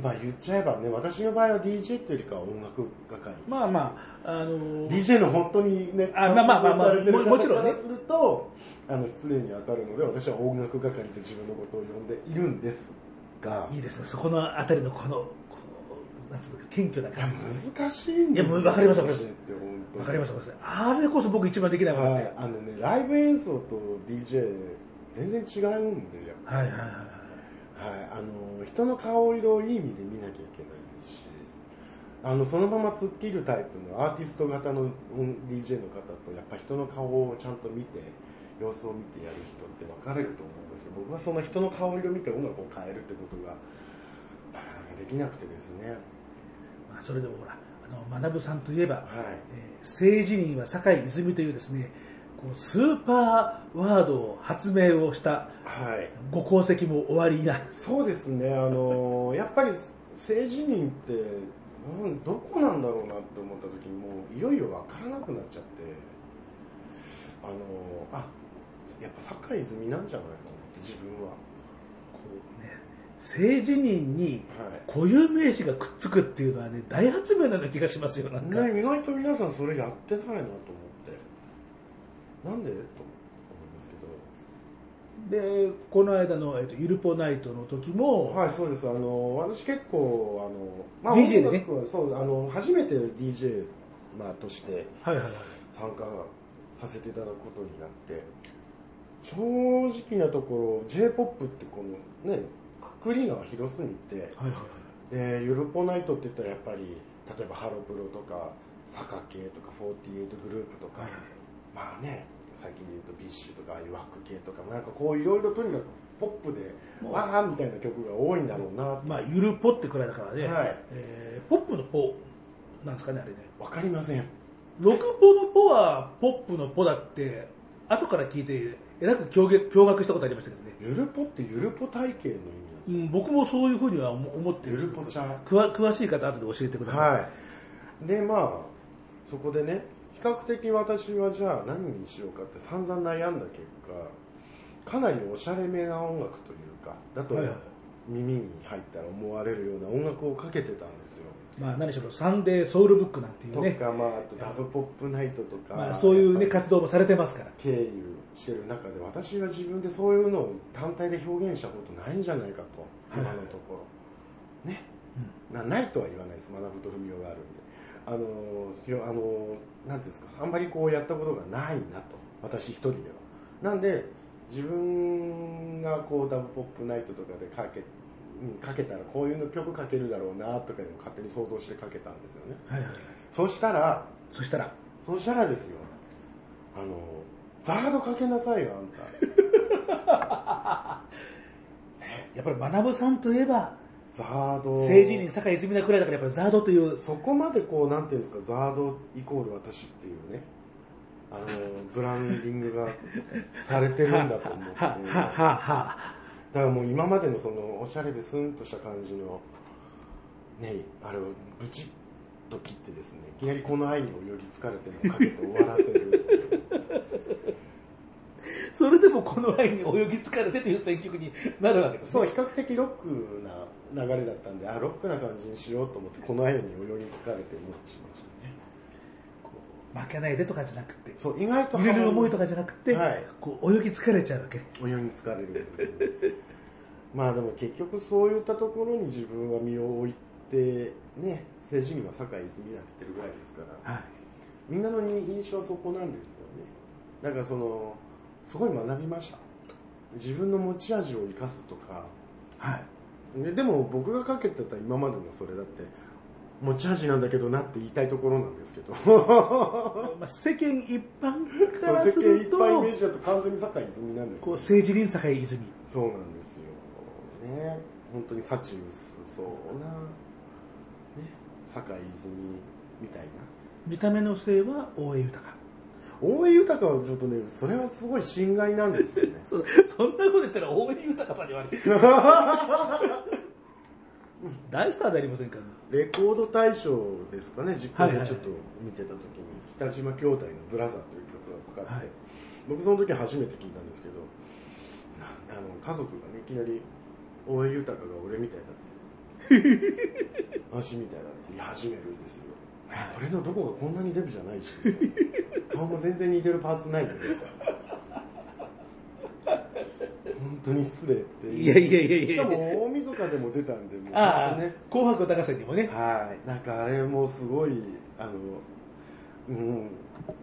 [SPEAKER 3] まあ言っちゃえばね私の場合は DJ っていうよりかは音楽係、
[SPEAKER 1] まあまああの
[SPEAKER 3] DJ の本当にね
[SPEAKER 1] あまあまあまあまあ
[SPEAKER 3] 活躍されてる
[SPEAKER 1] ももちろんね
[SPEAKER 3] 方からするとあの失礼に当たるので私は音楽係と自分のことを呼んでいるんですが
[SPEAKER 1] いいですねそこのあたりのこのこのなんつうの謙虚ない
[SPEAKER 3] や
[SPEAKER 1] 感じ
[SPEAKER 3] 難しいんです
[SPEAKER 1] いやもうわかりましたわかりました
[SPEAKER 3] って本当に
[SPEAKER 1] わかりましたわかりましたあれこそ僕一番できないもん
[SPEAKER 3] は
[SPEAKER 1] ね、
[SPEAKER 3] いあのねライブ演奏と DJ 全然違うんでやっぱ
[SPEAKER 1] はいはいはいはい
[SPEAKER 3] はい、あの人の顔色をいい意味で見なきゃいけないですしあのそのまま突っ切るタイプのアーティスト型のうん DJ の方とやっぱ人の顔をちゃんと見て様子を見てやる人って分かれると思うんですよ僕はその人の顔色を見て音楽を変えるってことがなかなかできなくてですね
[SPEAKER 1] まあ、それでもほらあの学さんといえば、
[SPEAKER 3] はい
[SPEAKER 1] えー政治人は坂井泉というですねこうスーパーワードを発明をした
[SPEAKER 3] はい
[SPEAKER 1] ご功績も終わりな
[SPEAKER 3] そうですねあのやっぱり政治人って、うん、どこなんだろうなって思った時にもういよいよ分からなくなっちゃってあのあやっぱ坂井泉なんじゃないかなって自分は
[SPEAKER 1] こう、ね、政治人に
[SPEAKER 3] はい
[SPEAKER 1] 固有名詞がくっつくっていうのはね大発明なような気がしますよなんか、
[SPEAKER 3] ね意外と皆さんそれやってないなと思ってなんでと思うんですけ
[SPEAKER 1] でこの間の、えっとゆるぽナイトの時も、
[SPEAKER 3] どはいそうですあの私結構あの、
[SPEAKER 1] DJ でね
[SPEAKER 3] 音楽はそうあの初めて DJ、まあ、として
[SPEAKER 1] はいはいはい
[SPEAKER 3] 参加させていただくことになって正直なところ j p o p ってこのねくくりが広すぎて
[SPEAKER 1] はいはいはい
[SPEAKER 3] でユルポナイトって言ったらやっぱり例えばハロプロとかサカ系とか48グループとか、
[SPEAKER 1] はい
[SPEAKER 3] まあね最近で言うとビッシュとかああいうワック系とかなんかこういろいろとにかくポップでわーみたいな曲が多いんだろうなって
[SPEAKER 1] まあゆるぽってくらいだからね、
[SPEAKER 3] はい
[SPEAKER 1] えーポップのポなんですかねあれね
[SPEAKER 3] わかりません
[SPEAKER 1] 六ポのポはポップのポだって後から聞いてえらく驚愕驚愕したことありましたけどね、
[SPEAKER 3] ゆるポってゆるポ体系の意味なんです
[SPEAKER 1] うん、僕もそういうふうには思思ってる
[SPEAKER 3] ゆるぽちゃん
[SPEAKER 1] くわ詳しい方後で教えてください、
[SPEAKER 3] はい、でまあそこでね比較的私はじゃあ何にしようかって散々悩んだ結果かなりおしゃれめな音楽というかだと
[SPEAKER 1] はいはい
[SPEAKER 3] 耳に入ったら思われるような音楽をかけてたんですよ、
[SPEAKER 1] まあ、何しろサンデーソウルブックなんていうね
[SPEAKER 3] とかまああとダブポップナイトとか、
[SPEAKER 1] まあ、そういう、ね、
[SPEAKER 3] やっぱり
[SPEAKER 1] 活動もされてますから
[SPEAKER 3] 経由してる中で私が自分でそういうのを単体で表現したことないんじゃないかと
[SPEAKER 1] はい
[SPEAKER 3] 今のところね、なないとは言わないです学ぶと踏みようがあるんであのーよあのーなんていうんですかあんまりこうやったことがないなと私一人ではなんで自分がこうダブポップナイトとかでかけうんかけたらこういうの曲かけるだろうなとかいうのを勝手に想像してかけたんですよね
[SPEAKER 1] はいはい、
[SPEAKER 3] そうしたら
[SPEAKER 1] そしたら
[SPEAKER 3] そしたらですよ、あの、ザードかけなさいよ、あんた。ね
[SPEAKER 1] やっぱり学さんといえば
[SPEAKER 3] ザード
[SPEAKER 1] 政治人坂井泉田くらいだからやっぱりザードという
[SPEAKER 3] そこまでこうなんていうんですかザードイコール私っていうねあのブランディングがされてるんだと思って
[SPEAKER 1] はは
[SPEAKER 3] だか
[SPEAKER 1] はは
[SPEAKER 3] らもう今までのそのおしゃれでスンとした感じのねあれをブチッと切ってですねいきなりこの愛にお寄りつかれてるのをかけて終わらせるっていう
[SPEAKER 1] それでもこのラインに泳ぎ疲れてという選曲になるわけです
[SPEAKER 3] そう
[SPEAKER 1] ね
[SPEAKER 3] 比較的ロックな流れだったんであロックな感じにしようと思ってこの愛にお寄りつかれてもしましたね
[SPEAKER 1] こう負けないでとかじゃなくて
[SPEAKER 3] そう意外と
[SPEAKER 1] 揺れる思いとかじゃなくて、
[SPEAKER 3] はい
[SPEAKER 1] こう泳ぎ疲れちゃうわけ
[SPEAKER 3] お湯に浸かれるんですよ [laughs] まあでも結局そういったところに自分は身を置いてね政治には酒井泉だって言ってるぐらいですから
[SPEAKER 1] はい
[SPEAKER 3] みんなの印象はそこなんですよねだからそのすごい学びました自分の持ち味を生かすとか
[SPEAKER 1] はい
[SPEAKER 3] ででも僕がかけてた今までのそれだって持ち味なんだけどなって言いたいところなんですけど
[SPEAKER 1] まあ、世間一般か
[SPEAKER 3] そう
[SPEAKER 1] らす
[SPEAKER 3] 世間
[SPEAKER 1] る
[SPEAKER 3] 一 [laughs] 般イメ
[SPEAKER 1] と
[SPEAKER 3] ージだと完全に酒井泉なんですよ
[SPEAKER 1] こう政治人坂井泉
[SPEAKER 3] そうなんですよ。ね、本当に幸薄そうな、ね、酒井泉みたいな。
[SPEAKER 1] 見た目のせいは大江豊。
[SPEAKER 3] 大江豊はちょっとね、それはすごい心外なんですよね
[SPEAKER 1] そそんなこと言ったら大江豊さんに言われる [laughs] 大スターじゃありませんか、
[SPEAKER 3] レコード大賞ですかね、実
[SPEAKER 1] は
[SPEAKER 3] 家
[SPEAKER 1] いはいは
[SPEAKER 3] で
[SPEAKER 1] い
[SPEAKER 3] ちょっと見てた時に、北島兄弟のブラザーという曲がかかって、
[SPEAKER 1] はい
[SPEAKER 3] 僕その時初めて聞いたんですけど、なあの家族がね、いきなり、大江豊が俺みたい
[SPEAKER 1] [laughs]
[SPEAKER 3] だって、足みたいだって言い始めるんですよ。俺のどこがこんなにデブじゃないし、みたいな顔も全然似てるパーツないよね。本当に失礼ってう
[SPEAKER 1] いやいやいやいや
[SPEAKER 3] しかも大晦日でも出たんで、もう
[SPEAKER 1] あ
[SPEAKER 3] 本
[SPEAKER 1] あ、
[SPEAKER 3] 当ね。
[SPEAKER 1] 紅白歌合戦にもね、
[SPEAKER 3] はい、なんかあれもすごい、あの、うん、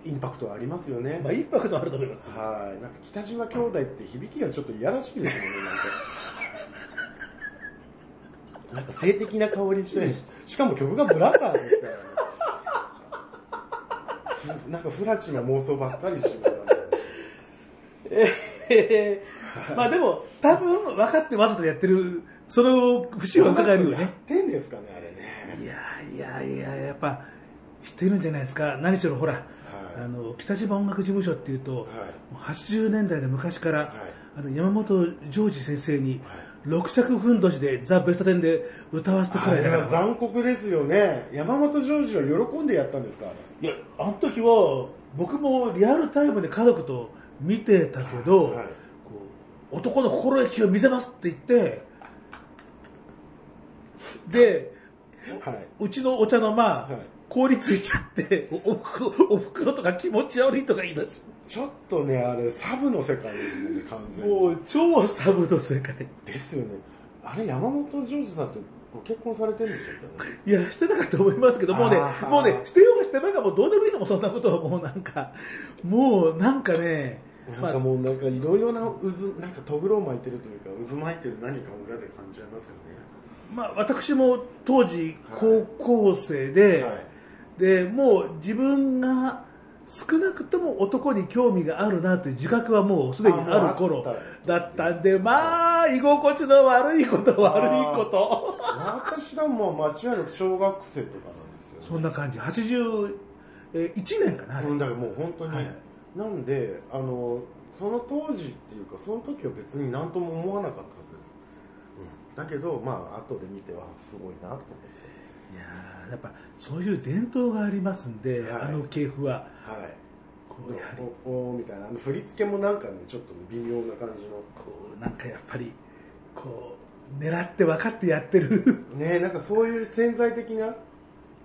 [SPEAKER 3] インパクトありますよね。
[SPEAKER 1] まあ、インパクトあると思います、
[SPEAKER 3] はい、なんか北島兄弟って響きがちょっといやらしいですもんね、なんか。なんか性的な香りしてるし、しかも曲がブラザーですからね。なんかフラチな妄想ばっかりしてましたね。
[SPEAKER 1] えーまあでも、多分分かってわざとやってる、その節を伺えるよ
[SPEAKER 3] やっ
[SPEAKER 1] ね。
[SPEAKER 3] てんですかね、あれね。
[SPEAKER 1] いやいやいや、やっぱ、してるんじゃないですか、何しろほら、あの北島音楽事務所っていうと、もう80年代の昔から、あの山本譲二先生に、6着ふんどしでザ・ベストテンで歌わせてくら
[SPEAKER 3] あ
[SPEAKER 1] い
[SPEAKER 3] れ
[SPEAKER 1] だか
[SPEAKER 3] は
[SPEAKER 1] ら、
[SPEAKER 3] 残酷ですよね。山本譲二は喜んでやったんですか、あれ。
[SPEAKER 1] いや、あの時は、僕もリアルタイムで家族と見てたけど、
[SPEAKER 3] はい
[SPEAKER 1] こう男の心意気を見せますって言って、で、
[SPEAKER 3] はい。
[SPEAKER 1] うちのお茶の間、
[SPEAKER 3] はい
[SPEAKER 1] 凍りついちゃって、おおふくおふくろとか気持ち悪いとか言い出し
[SPEAKER 3] ちょっとね、あれ、サブの世界ですもんね、完
[SPEAKER 1] て、
[SPEAKER 3] 全に
[SPEAKER 1] もう超サブの世界。
[SPEAKER 3] ですよね。あれ、山本譲二さんとご結婚されてるんでしょうかね。
[SPEAKER 1] いや、してなかったと思いますけど、もうね
[SPEAKER 3] あ、ー
[SPEAKER 1] もうね、してようがしてまいがもうどうでもいいのもそんなことはもうなんか、もうなんかね、ま
[SPEAKER 3] なん
[SPEAKER 1] あ
[SPEAKER 3] かもう、なんかいろいろな渦、なんかトグロを巻いてるというか、渦巻いてる何かを裏で感じちゃいますよね。
[SPEAKER 1] まあ、私も当時高校生で、
[SPEAKER 3] はい
[SPEAKER 1] でもう自分が少なくとも男に興味があるなという自覚はもうすでに
[SPEAKER 3] あもう
[SPEAKER 1] ある頃
[SPEAKER 3] あっ
[SPEAKER 1] だったんでまあ居心地の悪いこと悪いこと
[SPEAKER 3] 私らも間違いなく小学生とかなんですよね。
[SPEAKER 1] そんな感じ81年かなあれ、
[SPEAKER 3] うん、だからもう本当に、
[SPEAKER 1] はい
[SPEAKER 3] なんであのその当時っていうかその時は別に何とも思わなかったはずです、うん、だけどまあ後で見てはすごいなと思って
[SPEAKER 1] いやーやっぱそういう伝統がありますんで、
[SPEAKER 3] はい
[SPEAKER 1] あの系譜は
[SPEAKER 3] はい
[SPEAKER 1] こうやはり
[SPEAKER 3] おおみたいなあの振り付けもなんかねちょっと微妙な感じの
[SPEAKER 1] こうなんかやっぱりこう狙って分かってやってる [laughs]
[SPEAKER 3] ねなんかそういう潜在的な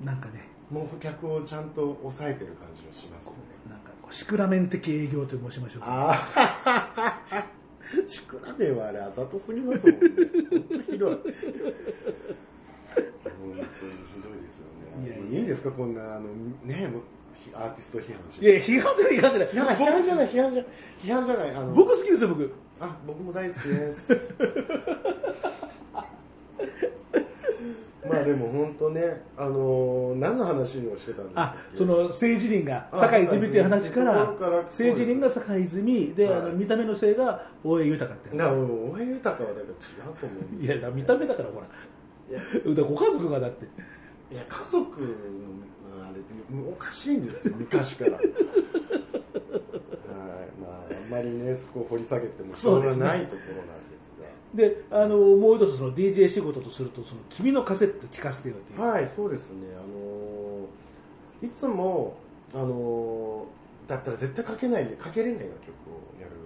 [SPEAKER 1] なんかね
[SPEAKER 3] もう客をちゃんと抑えてる感じがしますよね
[SPEAKER 1] なんかこうシクラメン的営業と申しましょうか
[SPEAKER 3] ああシクラメンはあれあざとすぎますもんね本当ひどい本当にひどいですよね
[SPEAKER 1] いやいや
[SPEAKER 3] もういいんですかこんなあのねもうひアーティスト批判し
[SPEAKER 1] いや、批判じゃない、批判じゃない。
[SPEAKER 3] 批判批判じゃない批判じゃ批判じゃないあの
[SPEAKER 1] 僕好きですよ、僕。
[SPEAKER 3] あ
[SPEAKER 1] [laughs]
[SPEAKER 3] 僕も大好きですまあでも本当ね、あのー何の話をしてたんです
[SPEAKER 1] あ
[SPEAKER 3] か
[SPEAKER 1] その政治林が
[SPEAKER 3] あ
[SPEAKER 1] 坂井泉っていう話か
[SPEAKER 3] そういう
[SPEAKER 1] ら
[SPEAKER 3] ところから
[SPEAKER 1] 政治林が坂井泉で、
[SPEAKER 3] はい
[SPEAKER 1] あの見た目の性が大江豊って
[SPEAKER 3] だから俺も大江豊はだから違うと思う
[SPEAKER 1] いやだから見た目だからほら
[SPEAKER 3] いや
[SPEAKER 1] だからご家族がだって
[SPEAKER 3] いや家族のあれっておかしいんですよ
[SPEAKER 1] [laughs]
[SPEAKER 3] 昔からはいまああんまりねそこを掘り下げてもしょうがないところなんですが
[SPEAKER 1] であのもう一つその DJ 仕事とするとその君のカセット聞かせてよっていう、
[SPEAKER 3] はい、そうですね。あのーいつも、あのーだったら絶対かけない、かけれないような曲をやるっ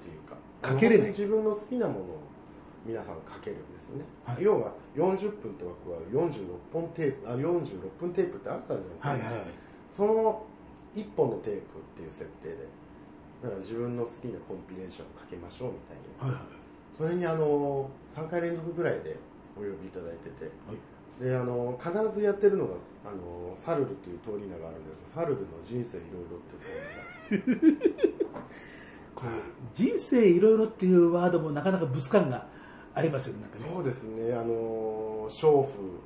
[SPEAKER 3] ていうか、
[SPEAKER 1] かけれない
[SPEAKER 3] あの本当に自分の好きなものを皆さんかけるんですよね。
[SPEAKER 1] はい
[SPEAKER 3] 要は、40分って枠は46本テープ、あ、46分テープってあったじゃないですか。その1本のテープっていう設定で、だから自分の好きなコンピレーションをかけましょうみたいに。
[SPEAKER 1] はいはい
[SPEAKER 3] それにあの3回連続ぐらいでお呼びいただいてて、であの必ずやってるのがあのサルルという通り名があるんですけどサルルの人生いろいろっていう
[SPEAKER 1] こう人生いろいろっていうワードもなかなかブス感がありますよねなんか
[SPEAKER 3] 通り
[SPEAKER 1] ね
[SPEAKER 3] 名がそうですねあの娼婦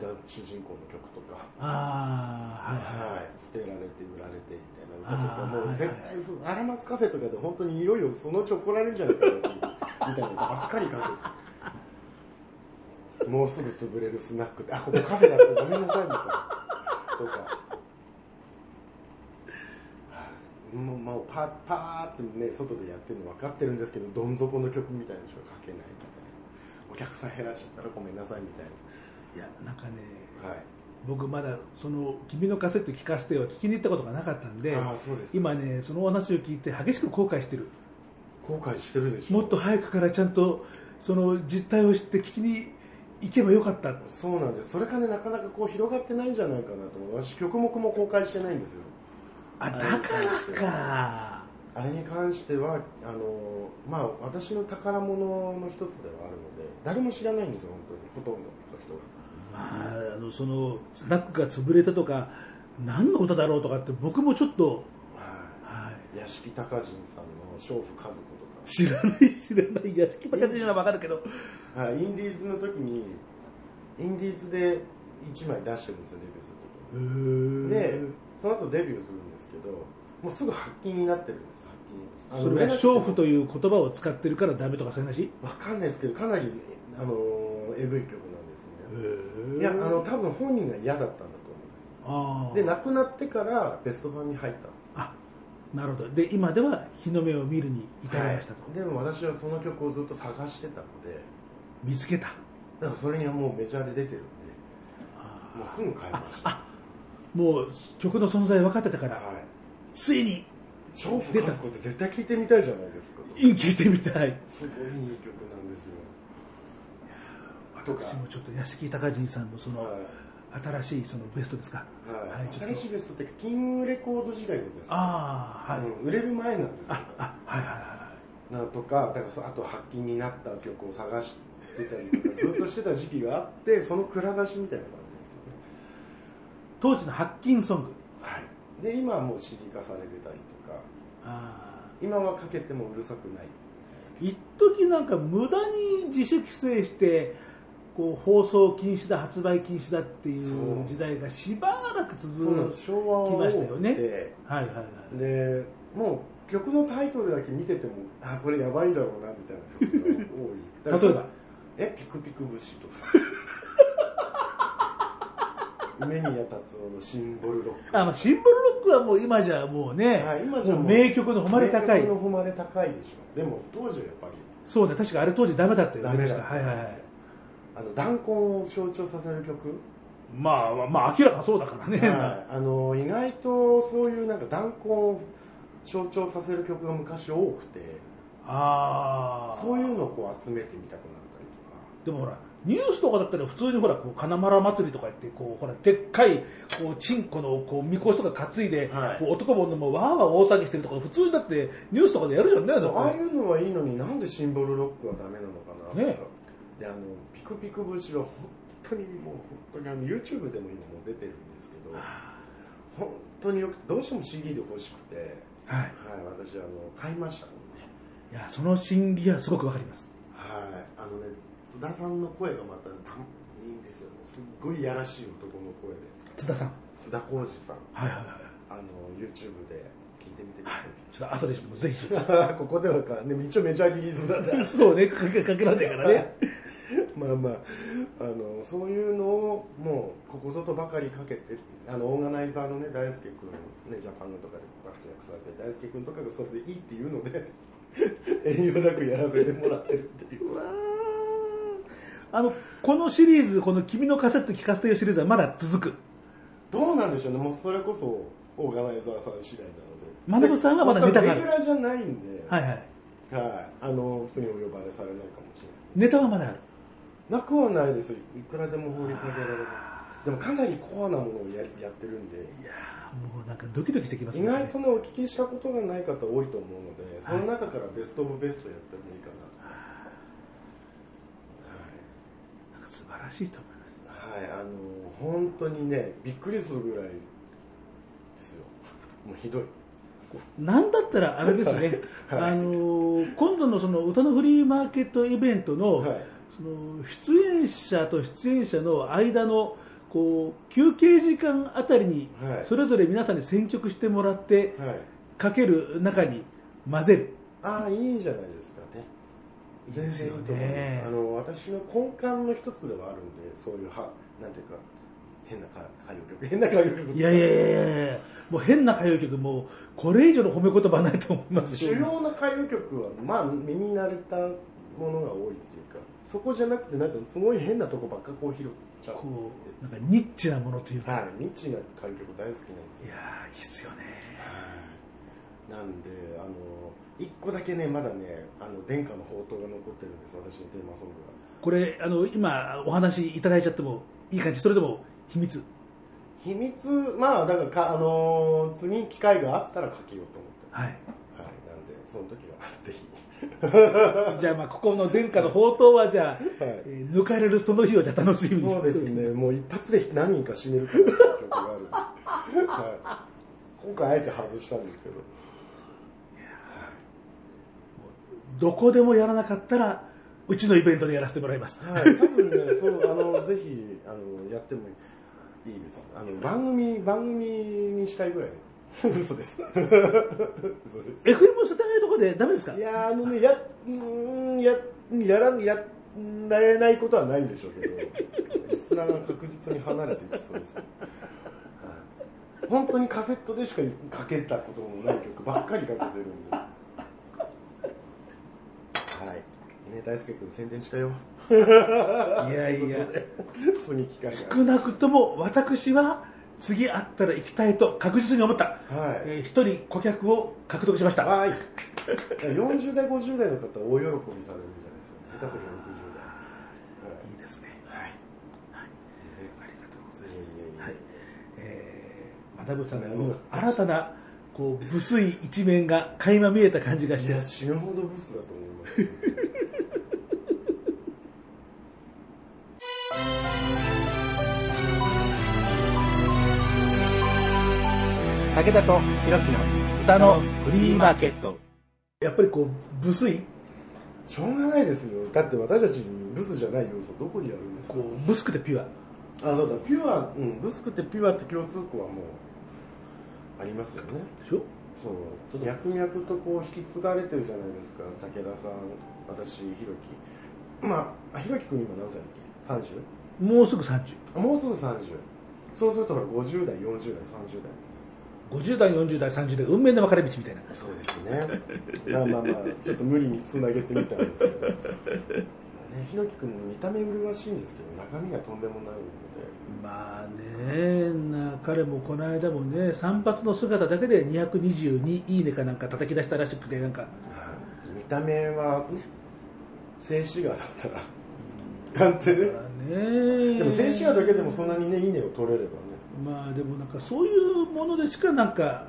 [SPEAKER 3] が主人公の曲とか、
[SPEAKER 1] ああはいはい
[SPEAKER 3] はい、捨てられて売られてみたいな歌
[SPEAKER 1] あー
[SPEAKER 3] とかも
[SPEAKER 1] は
[SPEAKER 3] う
[SPEAKER 1] い
[SPEAKER 3] 絶対ふアラマスカフェとかで本当にいよいよそのうち怒られるんじゃないかなっていうみたいなのばっかりかけてもうすぐ潰れるスナックであここカフェだったごめんなさいみたいなとかはいもうもうパッパーってね外でやってるの分かってるんですけどどん底の曲みたいなのしか書けないみたいなお客さん減らしちゃったらごめんなさいみたい
[SPEAKER 1] いやなんかね、
[SPEAKER 3] なはい
[SPEAKER 1] 僕まだその「君のカセット聞かせてよ」は聞きに行ったことがなかったんで
[SPEAKER 3] あーそうです
[SPEAKER 1] 今ねそのお話を聞いて激しく後悔してる
[SPEAKER 3] 後悔してるでしょ
[SPEAKER 1] もっと早くからちゃんとその実態を知って聞きに行けばよかった
[SPEAKER 3] そうなんですそれがねなかなかこう広がってないんじゃないかなと思う私曲目も公開してないんですよ
[SPEAKER 1] あだからか
[SPEAKER 3] あれに関してはあのまあ私の宝物の一つではあるので誰も知らないんですよ本当にほとんどの人が
[SPEAKER 1] まあ、あのそのスナックが潰れたとか何の歌だろうとかって僕もちょっと、
[SPEAKER 3] は
[SPEAKER 1] はい
[SPEAKER 3] 屋敷隆人さんの「娼婦家族」
[SPEAKER 1] い、知らない知らない屋敷隆人ならわかるけど
[SPEAKER 3] とか、はい、インディーズの時にインディーズで1枚出してるんですよデビューする時にでその後デビューするんですけどもうすぐ発禁になってるんです発禁
[SPEAKER 1] それは娼婦
[SPEAKER 3] いう
[SPEAKER 1] という言葉を使ってるからダメとかそういう話
[SPEAKER 3] わかんないですけどかなりあのえぐい曲なんですねいやあの多分本人が嫌だったんだと思うん
[SPEAKER 1] あ
[SPEAKER 3] で
[SPEAKER 1] ー
[SPEAKER 3] すで亡くなってからベスト版に入ったんです
[SPEAKER 1] あなるほどで今では日の目を見るに至りましたと、
[SPEAKER 3] はいでも私はその曲をずっと探してたので
[SPEAKER 1] 見つけた
[SPEAKER 3] だからそれにはもうメジャーで出てるん
[SPEAKER 1] あ
[SPEAKER 3] でもうすぐ買いました
[SPEAKER 1] あもう曲の存在分かってたから、
[SPEAKER 3] はい
[SPEAKER 1] ついに
[SPEAKER 3] 超フ
[SPEAKER 1] 出
[SPEAKER 3] 出
[SPEAKER 1] た
[SPEAKER 3] たこと絶対聴いてみたいじゃないですか
[SPEAKER 1] 聞いてみたい
[SPEAKER 3] すごいいい曲なんですよとか
[SPEAKER 1] 私もちょっと屋敷隆人さんのその、
[SPEAKER 3] はい
[SPEAKER 1] 新しいそのベストですか
[SPEAKER 3] はい
[SPEAKER 1] ちょっ
[SPEAKER 3] 新
[SPEAKER 1] と
[SPEAKER 3] しいベストっていうかキングレコード時代のベスト
[SPEAKER 1] ああはい、
[SPEAKER 3] うん売れる前なんですよ
[SPEAKER 1] ああはいはいは
[SPEAKER 3] なとかだからそあと発禁になった曲を探してたりとかずっとしてた時期があってその蔵出しみたいなのが
[SPEAKER 1] い当時の発禁ソング
[SPEAKER 3] あるんですよね、はい、で今はもう CD 化されてたりとか
[SPEAKER 1] ああ
[SPEAKER 3] 今はかけてもうるさくない
[SPEAKER 1] 一時なんか無駄に自主規制してこう放送禁止だ発売禁止だってい
[SPEAKER 3] そうう
[SPEAKER 1] 時代がしばらく
[SPEAKER 3] そうなん
[SPEAKER 1] 続
[SPEAKER 3] です昭和を
[SPEAKER 1] きましたよね
[SPEAKER 3] 追って
[SPEAKER 1] はいはいはい
[SPEAKER 3] でもう曲のタイトルだけ見ててもあこれやばいだろうなみたいな曲が多い
[SPEAKER 1] 例えば
[SPEAKER 3] えピクピク節とか梅宮達夫のシンボルロック
[SPEAKER 1] あまあシンボルロックはもう今じゃもうね、
[SPEAKER 3] はい、今じゃもう
[SPEAKER 1] もう名曲の誉れ高い
[SPEAKER 3] 名曲の誉れ高いでしょでも当時はやっぱり
[SPEAKER 1] そうね確かあれ当時ダメだったよね
[SPEAKER 3] ダメだ
[SPEAKER 1] 確かはいはいはい
[SPEAKER 3] あの弾痕を象徴させる曲、
[SPEAKER 1] まあまあ明らかそうだからね、
[SPEAKER 3] はい、あの意外とそういうなんか弾痕を象徴させる曲が昔多くて
[SPEAKER 1] ああ
[SPEAKER 3] そういうのをこう集めてみたくなったり
[SPEAKER 1] で
[SPEAKER 3] とか
[SPEAKER 1] もほら、ニュースとかだったら普通にほら、こう金丸祭りとか言って、こう、ほら、でっかい、こう、チンコの、こう、みこしとか担いで、
[SPEAKER 3] はい
[SPEAKER 1] こう男も女もわーわー大騒ぎしてるとか、普通にだって、ニュースとかでやるじゃんね、だ
[SPEAKER 3] ああ
[SPEAKER 1] っ
[SPEAKER 3] いうのはいいのになんでシンボルロックはダメなのかなとか
[SPEAKER 1] ね
[SPEAKER 3] であのピクピク節は本当にもう本当にあの YouTube でも今もう出てるんですけど本当によくどうしても CD で欲しくて
[SPEAKER 1] て。はい。
[SPEAKER 3] はい、私あの買いましたもんね。
[SPEAKER 1] いや、その心理はすごくわかります。
[SPEAKER 3] はい、あのね、津田さんの声がまたたいいんですよねすっごいやらしい男の声で
[SPEAKER 1] 津田さん。
[SPEAKER 3] 津田浩二さん
[SPEAKER 1] はいはいはい。
[SPEAKER 3] あの YouTube で聞いてみてください
[SPEAKER 1] ちょっと後でもうぜひちょっ
[SPEAKER 3] [laughs] ここではか、でも一応メジャーリリースなんで
[SPEAKER 1] と。 [laughs] そうね、かけかけられないからね。
[SPEAKER 3] まあまああのそういうのをもうここぞとばかりかけてあのオーガナイザーのね大輔君ねジャパンとかで活躍されて大輔君とかがそれでいいっていうので [laughs] 遠慮なくやらせてもらってるっていう
[SPEAKER 1] あの、このシリーズ、この君のカセット聞かせてよシリーズはまだ続く。
[SPEAKER 3] どうなんでしょうねもうそれこそオーガナイザーさん次第な
[SPEAKER 1] ま
[SPEAKER 3] の
[SPEAKER 1] な
[SPEAKER 3] で
[SPEAKER 1] ぶさんはまだネタがある
[SPEAKER 3] レギュラーじゃないんで、
[SPEAKER 1] はいはい。
[SPEAKER 3] はいあの別にお呼ばれされないかもしれない
[SPEAKER 1] ネタはまだある。
[SPEAKER 3] なくはないですよいくらでも放り下げられますでもかなりコアなものをやりやってるんで
[SPEAKER 1] いやーもうなんかドキドキしてきます
[SPEAKER 3] 意
[SPEAKER 1] ね。
[SPEAKER 3] 外とねお聞きしたことがない方多いと思うのでその中からベスト・オブ・ベストやってもいいか
[SPEAKER 1] なんか素晴らしいと思います。
[SPEAKER 3] なはい、はい、あの本当にねびっくりするぐらいですよもうひどい
[SPEAKER 1] なんだったらあれですね、
[SPEAKER 3] はい
[SPEAKER 1] あのー今度のその歌のフリーマーケットイベントの、
[SPEAKER 3] はい
[SPEAKER 1] その出演者と出演者の間のこう休憩時間あたりに、
[SPEAKER 3] はい
[SPEAKER 1] それぞれ皆さんに選曲してもらって、
[SPEAKER 3] はい
[SPEAKER 1] かける中に混ぜる。
[SPEAKER 3] ああいいじゃないですかね
[SPEAKER 1] いい
[SPEAKER 3] 全
[SPEAKER 1] です
[SPEAKER 3] 然いい
[SPEAKER 1] よね
[SPEAKER 3] と思いますあの私の根幹の一つではあるんでそういうはなんていうか変な歌歌謡曲変な歌謡曲
[SPEAKER 1] いやいやいやいやいやもう変な歌謡曲、もうこれ以上の褒め言葉はないと思いますし
[SPEAKER 3] 主要な歌謡曲はまあ身に慣れたものが多いっていうかそこじゃなくてなんかすごい変なとこばっかこう拾っちゃう
[SPEAKER 1] こう、なんかニッチなものというか、
[SPEAKER 3] はいニッチな歌謡曲大好きなんです
[SPEAKER 1] い、
[SPEAKER 3] よ
[SPEAKER 1] やーいいっすよね。
[SPEAKER 3] なんであの一個だけねまだねあの殿下の宝刀が残ってるんです私のテーマソングが
[SPEAKER 1] これ、あの、今お話いただいちゃってもいい感じ、それでも秘密。
[SPEAKER 3] 秘密まあだからかあの次機会があったらかけようと思って
[SPEAKER 1] はい。
[SPEAKER 3] はいなんでその時は [laughs] ぜひ
[SPEAKER 1] じゃあ、まあ、ここの殿下の宝刀は、じゃあ、
[SPEAKER 3] はい
[SPEAKER 1] えー抜かれるその日をじゃあ楽しみにして
[SPEAKER 3] そうですね、もう一発で何人か死ねるから曲があるんで、 [laughs] はい、今回あえて外したんですけど、
[SPEAKER 1] どこでもやらなかったら、うちのイベントでやらせてもらいます。
[SPEAKER 3] はい、多分ね、そうあのぜひあのやってもいいです。あの番組番組にしたいぐらい。 [laughs] 嘘です。嘘です。
[SPEAKER 1] FM 世田谷とかでダメですか
[SPEAKER 3] いやーあのねやうーんややらんやなれないことはないんでしょうけど、リスナーが確実に離れていきそうですよ。はい本当にカセットでしかかけたことのない曲ばっかりかけてるんで。はい。ね大輔君宣伝したよ。
[SPEAKER 1] いやいや、
[SPEAKER 3] 次機会があ
[SPEAKER 1] 少なくとも私は、次会ったら行きたいと確実に思った。
[SPEAKER 3] はい
[SPEAKER 1] えー一人顧客を獲得しました。
[SPEAKER 3] わーい40代50代の方大喜びされるんじゃないですか下手すると60代はい
[SPEAKER 1] いですね。
[SPEAKER 3] はい
[SPEAKER 1] ありがとうございます。
[SPEAKER 3] いえいえいえ
[SPEAKER 1] はいえー、マダブさん
[SPEAKER 3] う
[SPEAKER 1] の
[SPEAKER 3] ん
[SPEAKER 1] 新たな、こう、無粋一面が垣間見えた感じがし
[SPEAKER 3] い
[SPEAKER 1] て
[SPEAKER 3] や、死ぬほどブスだと思いますよ
[SPEAKER 2] 武田とひろきの
[SPEAKER 1] 歌のフリーマーケット。やっぱりこう、無粋
[SPEAKER 3] しょうがないですよだって私たちにブスじゃない要素どこにあるんですか
[SPEAKER 1] こう、ブスクでピュア。
[SPEAKER 3] あそうだピュア、うん、ブスくてピュアって共通項はもうありますよね
[SPEAKER 1] でしょ
[SPEAKER 3] そう脈々とこう引き継がれてるじゃないですか武田さん私ひろきまああひろき君今何歳だっけ 30?
[SPEAKER 1] もうすぐ30。
[SPEAKER 3] もうすぐ30そうするとほら50代40代30代
[SPEAKER 1] 50代、40代、30代、運命の分かれ道みたいな。
[SPEAKER 3] そうですねまあまあまあちょっと無理につなげてみたんですけどねひろきくん見た目麗しいんですけど中身がとんでもないので
[SPEAKER 1] まあね、な彼もこの間もね、散髪の姿だけで222いいねかなんか叩き出したらしくて、なんか、
[SPEAKER 3] 見た目はね静止画だったらなんて
[SPEAKER 1] だ
[SPEAKER 3] ね
[SPEAKER 1] からね。
[SPEAKER 3] でも静止画だけでもそんなにねいいねを取れればね
[SPEAKER 1] まあでもなんかそういうものでしかなんか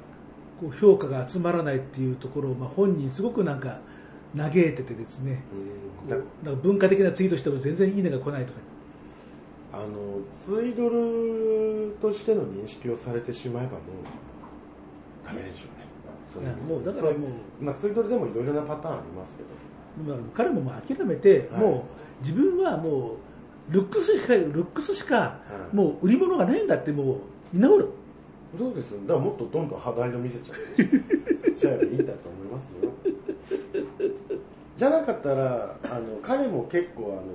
[SPEAKER 1] こう評価が集まらないっていうところをまあ本人すごくなんか嘆いててですね、
[SPEAKER 3] うん
[SPEAKER 1] こ
[SPEAKER 3] だ
[SPEAKER 1] うなんか文化的なツイートしても全然いいねが来ないとか、
[SPEAKER 3] あのツイドルとしての認識をされてしまえばもうダメでしょうねそ
[SPEAKER 1] いやもうだからもう
[SPEAKER 3] そまあ、ツイドルでもいろいろなパターンありますけ
[SPEAKER 1] ま
[SPEAKER 3] ど
[SPEAKER 1] あ彼ももう諦めて、
[SPEAKER 3] はい
[SPEAKER 1] もう自分はもうルックスしか、ルックスしか、
[SPEAKER 3] うん
[SPEAKER 1] もう売り物がないんだって、もう、稲る
[SPEAKER 3] そうですよだからもっとどんどん肌色見せちゃってそうやればいいんだと思いますよじゃなかったらあの彼も結構あの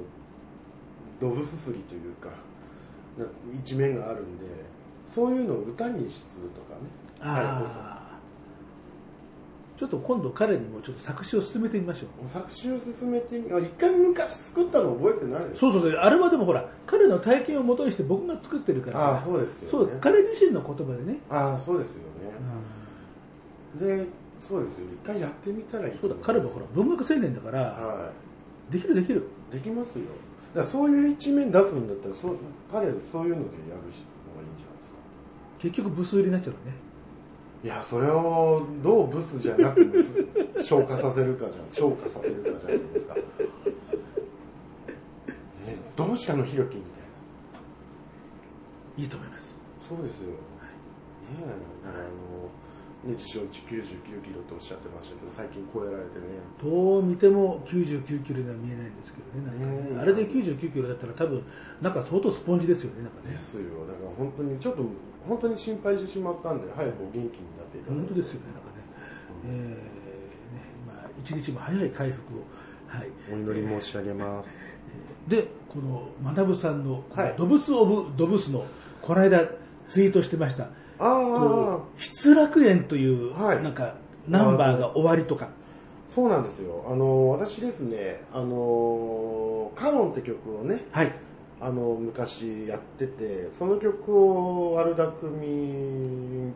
[SPEAKER 3] ドブすすりというかな一面があるんでそういうのを歌にするとかね彼こそ
[SPEAKER 1] あーちょっと今度彼にもちょっと作詞を進めてみましょう。
[SPEAKER 3] 作詞を進めてみあ一回昔作ったの覚えてないです
[SPEAKER 1] そうそうそう、あれはでもほら、彼の体験をもとにして僕が作ってるから、
[SPEAKER 3] ああそうです
[SPEAKER 1] そう
[SPEAKER 3] よね
[SPEAKER 1] 彼自身の言葉でね、
[SPEAKER 3] ああそうですよ
[SPEAKER 1] う
[SPEAKER 3] ね、
[SPEAKER 1] ん
[SPEAKER 3] でそうですよ一回やってみたらいいと
[SPEAKER 1] そうだ
[SPEAKER 3] 思います
[SPEAKER 1] 彼もほら文学青年だから、
[SPEAKER 3] は
[SPEAKER 1] できるできる、
[SPEAKER 3] いできますよだからそういう一面出すんだったらそう彼そういうのでやるのがいいんじゃないですか
[SPEAKER 1] 結局ブス売りになっちゃうのね。
[SPEAKER 3] いやそれをどうブスじゃなくブス消化させるかじゃん [laughs] 消化させるかじゃないですか、ね、どうしたのヒロキみたいない
[SPEAKER 1] いと思います。
[SPEAKER 3] そうですよ、ねえあの、ね、自称値99キロとおっしゃってましたけど最近超えられてね
[SPEAKER 1] どう見ても99キロには見えないんですけどね、なんかね
[SPEAKER 3] うん
[SPEAKER 1] あれで99キロだったら多分、なんか相当スポンジですよね、なんか
[SPEAKER 3] で
[SPEAKER 1] ね。
[SPEAKER 3] すよだから本当にちょっと本当に心配してしまったんで早くお元気になっていただいて
[SPEAKER 1] 本当ですよね、なんかね。えーねまあ、一日も早い回復を。はい。
[SPEAKER 3] お祈り申し上げます
[SPEAKER 1] で、この、学さんの、この
[SPEAKER 3] はい
[SPEAKER 1] ドブスオブドブスの、この間ツイートしてました、
[SPEAKER 3] ああ
[SPEAKER 1] こう失楽園という、
[SPEAKER 3] はい
[SPEAKER 1] なんか、ナンバーが終わりとか。
[SPEAKER 3] そうなんですよあの私ですねあのカロンって曲をね
[SPEAKER 1] はい。
[SPEAKER 3] あの昔やっててその曲を悪巧み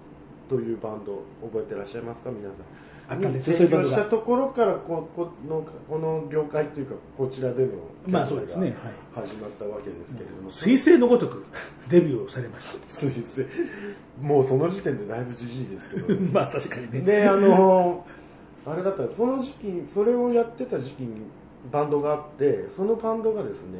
[SPEAKER 3] というバンド覚えてらっしゃいますか皆さん
[SPEAKER 1] あったんですよ
[SPEAKER 3] 勉
[SPEAKER 1] そういうバン
[SPEAKER 3] 強
[SPEAKER 1] ド
[SPEAKER 3] し
[SPEAKER 1] が
[SPEAKER 3] たところからここのこの業界というかこちらでの
[SPEAKER 1] まあそうですね
[SPEAKER 3] が始まったわけですけれども、 [laughs]
[SPEAKER 1] 彗星のごとくデビューをされました。、
[SPEAKER 3] そうですねもうその時点でだいぶじじいですけど、
[SPEAKER 1] [laughs]
[SPEAKER 3] ね
[SPEAKER 1] まあ確かにね。
[SPEAKER 3] であのあれだったらその時期それをやってた時期にバンドがあってそのバンドがですね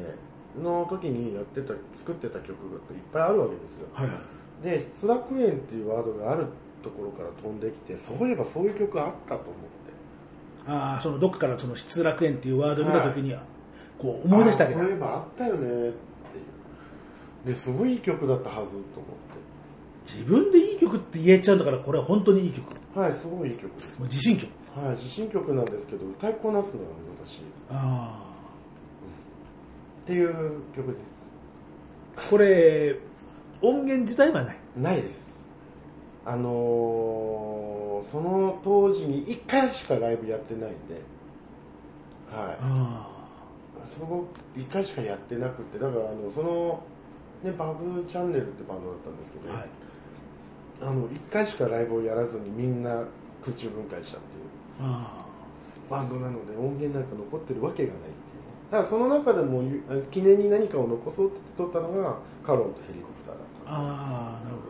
[SPEAKER 3] の時にやってた作ってた曲がいっぱいあるわけですよ
[SPEAKER 1] はいはい。
[SPEAKER 3] で「失楽園」っていうワードがあるところから飛んできてそういえばそういう曲あったと思って
[SPEAKER 1] ああそのどっかからその失楽園っていうワードを見た時にはこう思い出したけど
[SPEAKER 3] あそういえばあったよねっていうですごいいい曲だったはずと思っ
[SPEAKER 1] 自分でいい曲って言えちゃうんだからこれは本当にいい曲も
[SPEAKER 3] てはいすごいいい曲です
[SPEAKER 1] う自信曲
[SPEAKER 3] はい自信曲なんですけど歌いこなすのが難しいっ
[SPEAKER 1] あ
[SPEAKER 3] ていう曲です
[SPEAKER 1] あこれ音源自体はない
[SPEAKER 3] ないですあのーその当時に1回しかライブやってないんでは
[SPEAKER 1] あ
[SPEAKER 3] いすごく1回しかやってなくてだからあのそのねバグチャンネルってバンドだったんですけ
[SPEAKER 1] あ
[SPEAKER 3] ど、
[SPEAKER 1] はい
[SPEAKER 3] あの1回しかライブをやらずにみんな空中分解したっていう
[SPEAKER 1] あ
[SPEAKER 3] バンドなので音源なんか残ってるわけがないっていうねだからその中でもゆ記念に何かを残そうって撮ったのがカロンとヘリコプターだ
[SPEAKER 1] あ
[SPEAKER 3] った
[SPEAKER 1] ああなるほ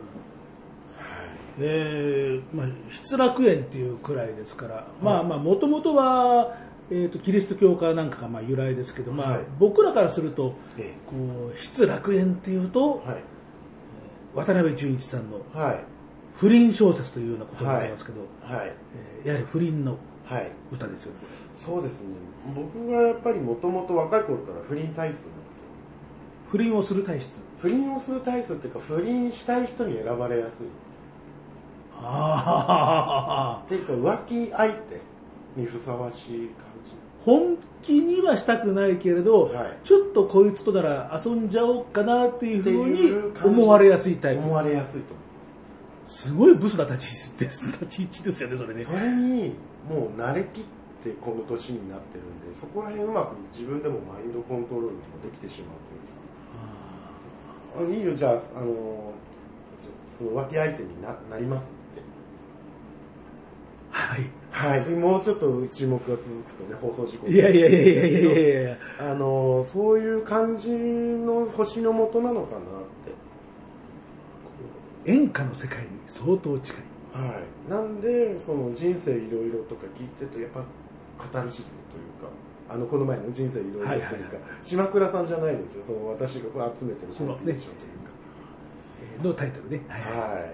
[SPEAKER 1] どえーまあ、失楽園っていうくらいですから、まあまあ、もともとは、えー、とキリスト教かなんかがまあ由来ですけど、まあ
[SPEAKER 3] はい
[SPEAKER 1] 僕らからすると、
[SPEAKER 3] え
[SPEAKER 1] こう失楽園っていうと、
[SPEAKER 3] はい
[SPEAKER 1] 渡辺淳一さんの
[SPEAKER 3] はい
[SPEAKER 1] 不倫小説というようなことになりますけど、
[SPEAKER 3] はい
[SPEAKER 1] えーやはり不倫の
[SPEAKER 3] はい
[SPEAKER 1] 歌ですよね。
[SPEAKER 3] そうですね僕がやっぱりもともと若い頃から不倫体質なんですよ
[SPEAKER 1] 不倫をする体質。
[SPEAKER 3] 不倫をする体質っていうか不倫したい人に選ばれやすいっ
[SPEAKER 1] ああ、
[SPEAKER 3] ていうか浮気相手にふさわしい感じ
[SPEAKER 1] 本気にはしたくないけれど、
[SPEAKER 3] はい
[SPEAKER 1] ちょっとこいつとなら遊んじゃおうかなっていうふう
[SPEAKER 3] っていう
[SPEAKER 1] に
[SPEAKER 3] 感じ
[SPEAKER 1] 思われやすいタイプ。
[SPEAKER 3] 思われやすいと思
[SPEAKER 1] すごいブスな立ち位置です立ち位置ですよね、それね
[SPEAKER 3] う。それにもう慣れきってこの年になってるんでそこら辺うまく自分でもマインドコントロールもできてしまうというかあいいよじゃああのそその浮気相手にななりますって
[SPEAKER 1] はい。
[SPEAKER 3] はい、もうちょっと注目が続くとね、放送事故
[SPEAKER 1] いやいやいやいやいやいやいや
[SPEAKER 3] あのそういう感じの星の元なのかなっ
[SPEAKER 1] 演歌の世界に相当近い。
[SPEAKER 3] て、はい、なんでその人生いろいろとか聞いてるとやっぱカタルシスというかあのこの前の人生いろいろというか、
[SPEAKER 1] はいはいはい
[SPEAKER 3] 島倉さんじゃないですよその私がこう集めてるコ
[SPEAKER 1] そうね
[SPEAKER 3] ンピテーションという
[SPEAKER 1] えーのタイトルね。はい
[SPEAKER 3] か、はい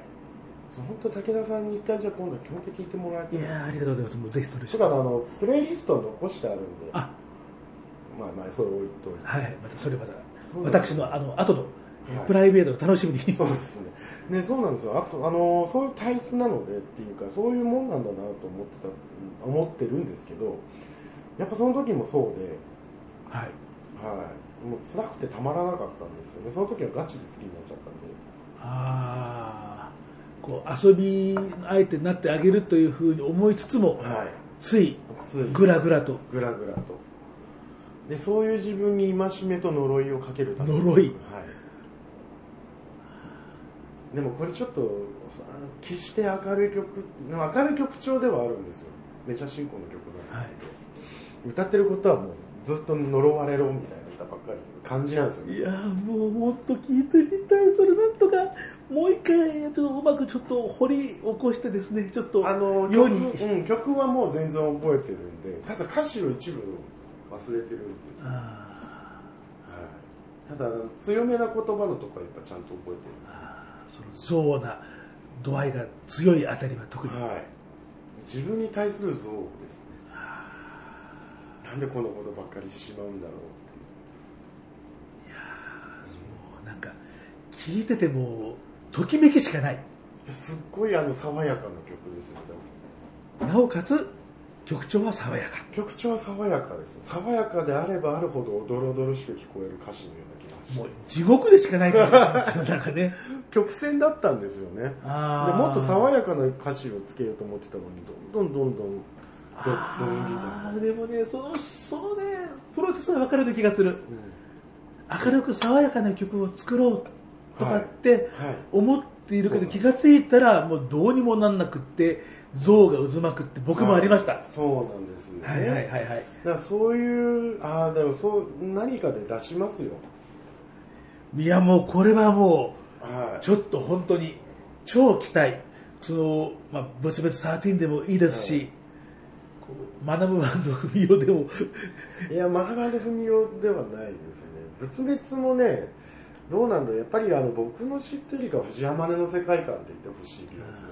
[SPEAKER 3] そう本当武田さんに一回じゃあ今度基本的に聞いてもらい
[SPEAKER 1] い。
[SPEAKER 3] た
[SPEAKER 1] い
[SPEAKER 3] い
[SPEAKER 1] やーありがとうございます。もうぜひそれ
[SPEAKER 3] ちょっとあのプレイリストを残してあるんで
[SPEAKER 1] あ、
[SPEAKER 3] まあまあそれ置いといて
[SPEAKER 1] はい。またそれまた。私のあの後の、えー
[SPEAKER 3] はい
[SPEAKER 1] プライベートを楽しみに。
[SPEAKER 3] そうですね。ね、そうなんですよ。あと、あの、そういう体質なのでっていうか、そういうもんなんだなと思ってた、思ってるんですけど、やっぱその時もそうで、
[SPEAKER 1] はい。
[SPEAKER 3] はい。もう辛くてたまらなかったんですよね。その時はガチで好きになっちゃったん
[SPEAKER 1] ああ、こ
[SPEAKER 3] で。
[SPEAKER 1] う遊び相手になってあげるというふうに思いつつも、
[SPEAKER 3] はい。
[SPEAKER 1] つい
[SPEAKER 3] つい
[SPEAKER 1] ぐらぐらと。
[SPEAKER 3] ぐらぐらと。で、そういう自分に戒めと呪いをかけるために
[SPEAKER 1] 呪い
[SPEAKER 3] はい。でもこれちょっと、あ決して明るい曲、明るい曲調ではあるんですよ。メジャー進行の曲なんですけど、歌ってることはもうずっと呪われろみたいな歌ばっかりの感じなんですよ。
[SPEAKER 1] いやーもうもっと聞いてみたい、それなんとか、もう一回、えっとうまくちょっと掘り起こしてですね、ちょっと
[SPEAKER 3] あの
[SPEAKER 1] 世
[SPEAKER 3] 曲,、
[SPEAKER 1] に。
[SPEAKER 3] うん、曲はもう全然覚えてるんで、ただ歌詞の一部を忘れてるんですよ。
[SPEAKER 1] あ
[SPEAKER 3] はい、ただ、強めな言葉のとこはやっぱちゃんと覚えてる。
[SPEAKER 1] ーその憎悪な度合いが強いあたりは特に。
[SPEAKER 3] はい、自分に対する憎悪ですねなんでこのことばっかりしてしまうんだろうっ
[SPEAKER 1] もうなんか、聞いてても、ときめきしかない。
[SPEAKER 3] ていうすっごいあの爽やかな曲ですよね
[SPEAKER 1] なおかつ、曲調は爽やか。
[SPEAKER 3] 曲調は爽やかです爽やかであればあるほどおどろおどろしく聞こえる歌詞のような気がし
[SPEAKER 1] もう地獄でしかない感じがしますよ、なん
[SPEAKER 3] [laughs]
[SPEAKER 1] かね。
[SPEAKER 3] 曲線だったんですよね
[SPEAKER 1] あ
[SPEAKER 3] で
[SPEAKER 1] ー
[SPEAKER 3] もっと爽やかな歌詞をつけようと思ってたのにどんどんどんどんどどんみ
[SPEAKER 1] あ
[SPEAKER 3] た
[SPEAKER 1] ー
[SPEAKER 3] いな
[SPEAKER 1] でもねそのそのねプロセスは分かるような気がする
[SPEAKER 3] うん
[SPEAKER 1] 明るく爽やかな曲を作ろうとかって
[SPEAKER 3] はいはい
[SPEAKER 1] 思っているけど気がついたらもうどうにもなんなくって像が渦巻くって僕もありました、は
[SPEAKER 3] そうなんですね
[SPEAKER 1] い、はいはいはい
[SPEAKER 3] だからそういうああでもそう何かで出しますよ
[SPEAKER 1] いやもうこれはも
[SPEAKER 3] は
[SPEAKER 1] う
[SPEAKER 3] い
[SPEAKER 1] ちょっと本当に超期待その、まあ、ブツブツ13でもいいですし、こうマナブバンド文雄でも [laughs]
[SPEAKER 3] いや、マハガード文雄ではないですね。仏滅もね、どうなんだろうやっぱりあの僕の知ってるよりかは藤山根の世界観で言ってほしい気がす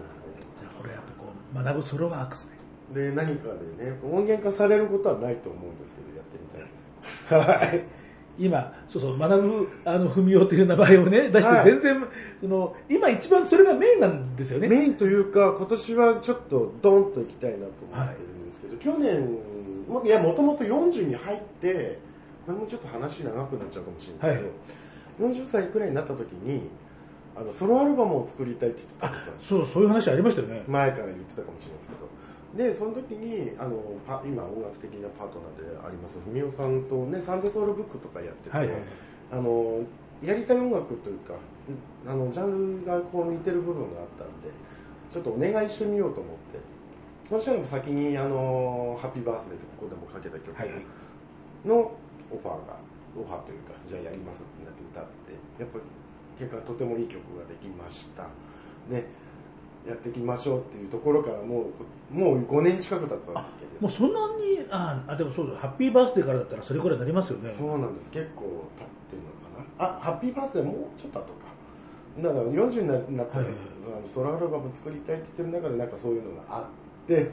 [SPEAKER 1] これやっぱこうマナブソロワークスね
[SPEAKER 3] る。で、何かでね、音源化されることはないと思うんですけど、やってみたいです。はい。
[SPEAKER 1] 今、そうそう、学ぶ、あの、文雄という名前をね、出して、
[SPEAKER 3] はい
[SPEAKER 1] 全然、その、今一番それがメインなんですよね。
[SPEAKER 3] メインというか、今年はちょっとドンと行きたいなと思ってるんですけど、去年、もいや、もともと40に入って、これもちょっと話長くなっちゃうかもしれないですけど、40歳くらいになった時に、あの、ソロアルバムを作りたいって言ってたんですよ。
[SPEAKER 1] そう、そういう話ありましたよね。
[SPEAKER 3] 前から言ってたかもしれないですけどでその時にあのパ今音楽的なパートナーであります文雄さんとねサンデーソウルブックとかやってて、
[SPEAKER 1] はいはい
[SPEAKER 3] あのやりたい音楽というかあのジャンルがこう似てる部分があったんでちょっとお願いしてみようと思ってそしたら先にあの「ハッピーバースデー」ってここでもかけた曲
[SPEAKER 1] はいはい
[SPEAKER 3] のオファーがオファーというかじゃあやりますってなって歌ってやっぱり結果とてもいい曲ができましたねやっていきましょうっていうところからもうもう5年近く経つわけです
[SPEAKER 1] もうそんなに、あ、あでもそうだ、ハッピーバースデーからだったらそれくらいになりますよね。
[SPEAKER 3] そうなんです結構経ってるのかなあハッピーバースデーもうちょっと後かだから40になったら、
[SPEAKER 1] はいはい
[SPEAKER 3] あのソロアルバム作りたいって言ってる中でなんかそういうのがあって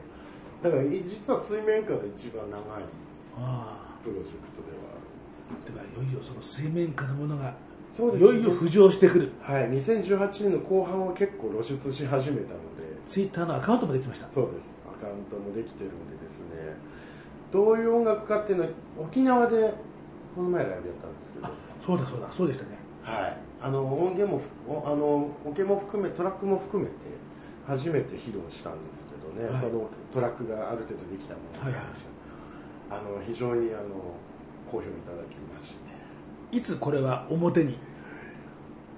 [SPEAKER 3] だからい実は水面下で一番長い
[SPEAKER 1] あ
[SPEAKER 3] プロジェクトではあるんです
[SPEAKER 1] あ。では、いよいよその水面下のものが、
[SPEAKER 3] そうで
[SPEAKER 1] い
[SPEAKER 3] すね
[SPEAKER 1] よいよ浮上してくる。
[SPEAKER 3] はい2018年の後半は結構露出し始めたので
[SPEAKER 1] ツイッターのアカウントもできました。
[SPEAKER 3] そうですアカウントもできてるのでですねどういう音楽かっていうのは沖縄でこの前ライブやったんですけど
[SPEAKER 1] そうだそうだ、そうでしたね。
[SPEAKER 3] はい、あの音源もふおあのオケも含めトラックも含めて初めて披露したんですけどね、
[SPEAKER 1] はい
[SPEAKER 3] そのトラックがある程度できたもの
[SPEAKER 1] はい
[SPEAKER 3] で、
[SPEAKER 1] はい
[SPEAKER 3] あの非常にあの好評いただきまして
[SPEAKER 1] いつこれは表に。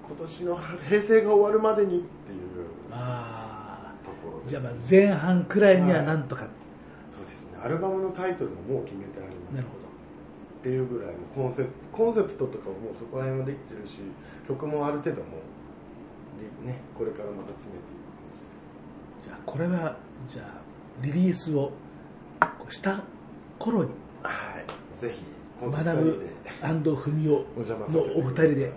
[SPEAKER 3] 今年の平成が終わるまでにっていう
[SPEAKER 1] あ
[SPEAKER 3] ところ
[SPEAKER 1] あ。
[SPEAKER 3] です
[SPEAKER 1] じゃあ、まあ前半くらいにはなんとか。
[SPEAKER 3] そうですねアルバムのタイトルももう決めてあります
[SPEAKER 1] なるほど。
[SPEAKER 3] っていうぐらいのコンセプトコンセプトとかももうそこら辺もできてるし曲もある程度もうでねこれからまた詰めていく
[SPEAKER 1] じゃあこれはじゃあリリースをこうした頃に
[SPEAKER 3] はい、ぜひ、この二
[SPEAKER 1] 学
[SPEAKER 3] 人
[SPEAKER 1] ぶ
[SPEAKER 3] で
[SPEAKER 1] 文雄
[SPEAKER 3] お邪魔させ
[SPEAKER 1] の
[SPEAKER 3] て
[SPEAKER 1] お二人で
[SPEAKER 3] はい。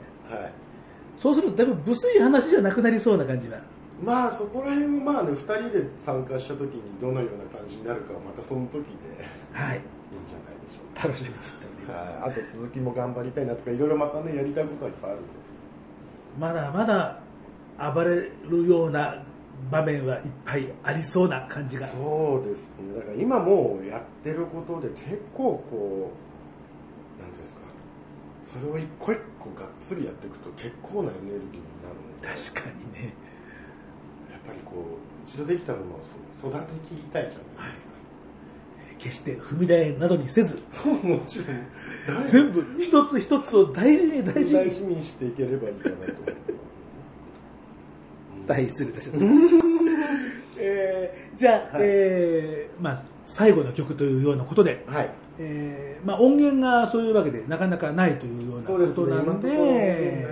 [SPEAKER 1] そうするとだいぶ無粋話じゃなくなりそうな感じが
[SPEAKER 3] まあ、そこら辺もまあね、二人で参加した時にどのような感じになるかはまたその時でいいん
[SPEAKER 1] はい
[SPEAKER 3] じゃないでしょうか。
[SPEAKER 1] 楽しみにしております。
[SPEAKER 3] はいあと続きも頑張りたいなとかいろいろまたねやりたいことはいっぱいあるんで
[SPEAKER 1] まだまだ暴れるような場面はいっぱいありそうな感じが。
[SPEAKER 3] そうですねだから今もうやってることで結構こう何ていうんですかそれを一個一個がっつりやっていくと結構なエネルギーになるので
[SPEAKER 1] 確かにね。
[SPEAKER 3] やっぱりこう一度できたものをそう育てきりたいじゃないですか、
[SPEAKER 1] 決して踏み台などにせず、
[SPEAKER 3] そうもちろん誰も
[SPEAKER 1] 全部一つ一つを大事に大事
[SPEAKER 3] 大
[SPEAKER 1] に。
[SPEAKER 3] 事にしていければいいかなと思ってますね
[SPEAKER 1] 大変失礼いたしました。 [laughs] えーじゃあ、
[SPEAKER 3] はい
[SPEAKER 1] えーまあ、最後の曲というようなことで、
[SPEAKER 3] はい
[SPEAKER 1] えーまあ、音源がそういうわけでなかなかないというような
[SPEAKER 3] そう
[SPEAKER 1] こ
[SPEAKER 3] です
[SPEAKER 1] と
[SPEAKER 3] ね
[SPEAKER 1] な
[SPEAKER 3] 今
[SPEAKER 1] の
[SPEAKER 3] の
[SPEAKER 1] で
[SPEAKER 3] ところな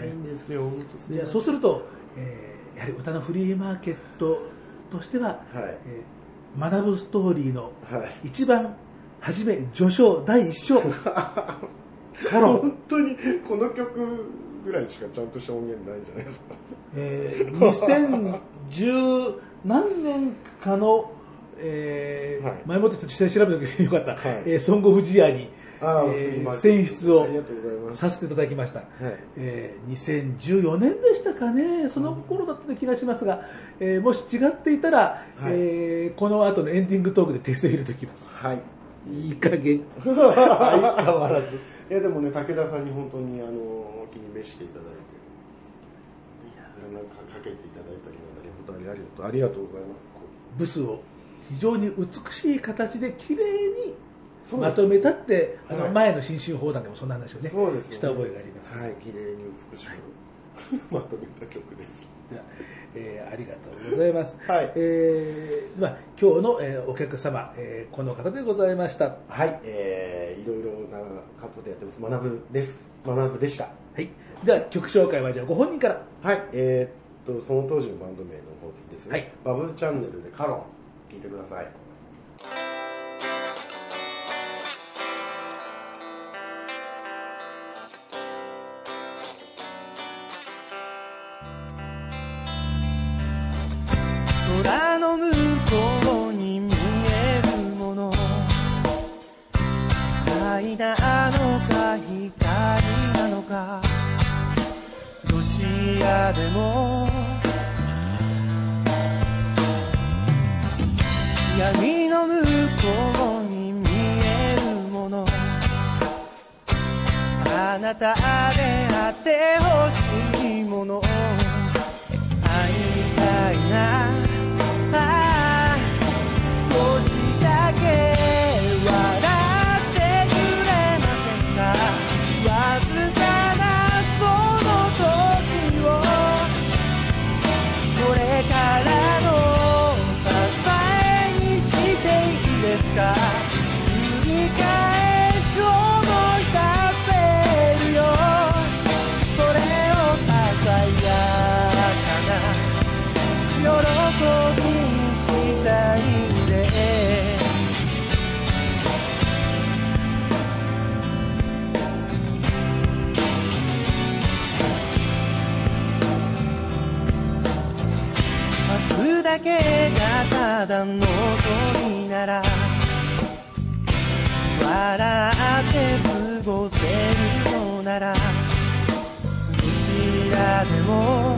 [SPEAKER 3] いんですよ本当すい
[SPEAKER 1] じゃ
[SPEAKER 3] ま
[SPEAKER 1] あ
[SPEAKER 3] せん
[SPEAKER 1] そうすると、えーやはり歌のフリーマーケットとしては、
[SPEAKER 3] はい
[SPEAKER 1] えー学ぶストーリーの
[SPEAKER 3] はい
[SPEAKER 1] 一番初め序章第一章ハロー
[SPEAKER 3] 本、当にこの曲ぐらいしかちゃんとした音源ないんじゃないですか
[SPEAKER 1] えー、2010何年かの、えー
[SPEAKER 3] はい
[SPEAKER 1] 前もって実際に調べた時によかった、
[SPEAKER 3] はい
[SPEAKER 1] えーソング・オブ・ジアに、
[SPEAKER 3] あー
[SPEAKER 1] えー
[SPEAKER 3] 今
[SPEAKER 1] 選出を
[SPEAKER 3] ありがとうございます
[SPEAKER 1] させていただきました、
[SPEAKER 3] はい
[SPEAKER 1] えー2014年でしたかね、その頃だったような気がしますが、えーもし違っていたら、えーこの後のエンディングトークで訂正を入れておきます。
[SPEAKER 3] はい
[SPEAKER 1] いい加減相変わらず。
[SPEAKER 3] [laughs] いやでもね武田さんに本当にあのお気に召していただいていろんなかかけていただいたりなんだり本当にありがとうありがとうございます
[SPEAKER 1] ブスを非常に美しい形で綺麗に
[SPEAKER 3] そうで
[SPEAKER 1] ますとめたって、あ
[SPEAKER 3] は
[SPEAKER 1] の
[SPEAKER 3] い
[SPEAKER 1] 前の新春砲弾でもそんな話をね
[SPEAKER 3] そうですよね
[SPEAKER 1] した覚えがあります、
[SPEAKER 3] はい綺麗に美しく [laughs] まとめた曲です
[SPEAKER 1] では [laughs] えーありがとうございます、
[SPEAKER 3] はい
[SPEAKER 1] えーまあ、今日の、えーお客様、えーこの方でございました、は
[SPEAKER 3] はいえー、いろいろなことでやってます学ぶです学ぶでした
[SPEAKER 1] い、では曲紹介はじゃあご本人から
[SPEAKER 3] はい、えーっと、その当時のバンド名の方でいいですね。
[SPEAKER 1] はい
[SPEAKER 3] バブルチャンネルでカロン、聞いてください。
[SPEAKER 4] 空の向こうに見えるもの愛なのか光なのかどちらでも闇の向こうに見えるものあなたであってほしいもの会いたいなああ少しだけ笑ってくれませんかわずかなその時をこれからの支えにしていいですか繰り返し思い出せるよそれをささやかな喜びにしたいんで明日だけがただ望みなら笑って過ごせるのならどちらでも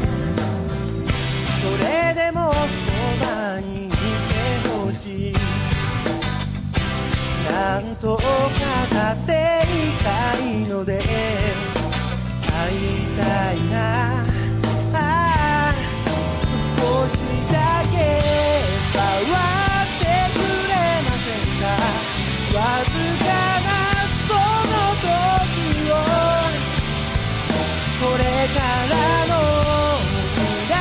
[SPEAKER 4] それでもそばにいてほしいなんとか語っていたいので会いたいなああ少しだけ触ってくれませんかわずかなその時をこれからの未来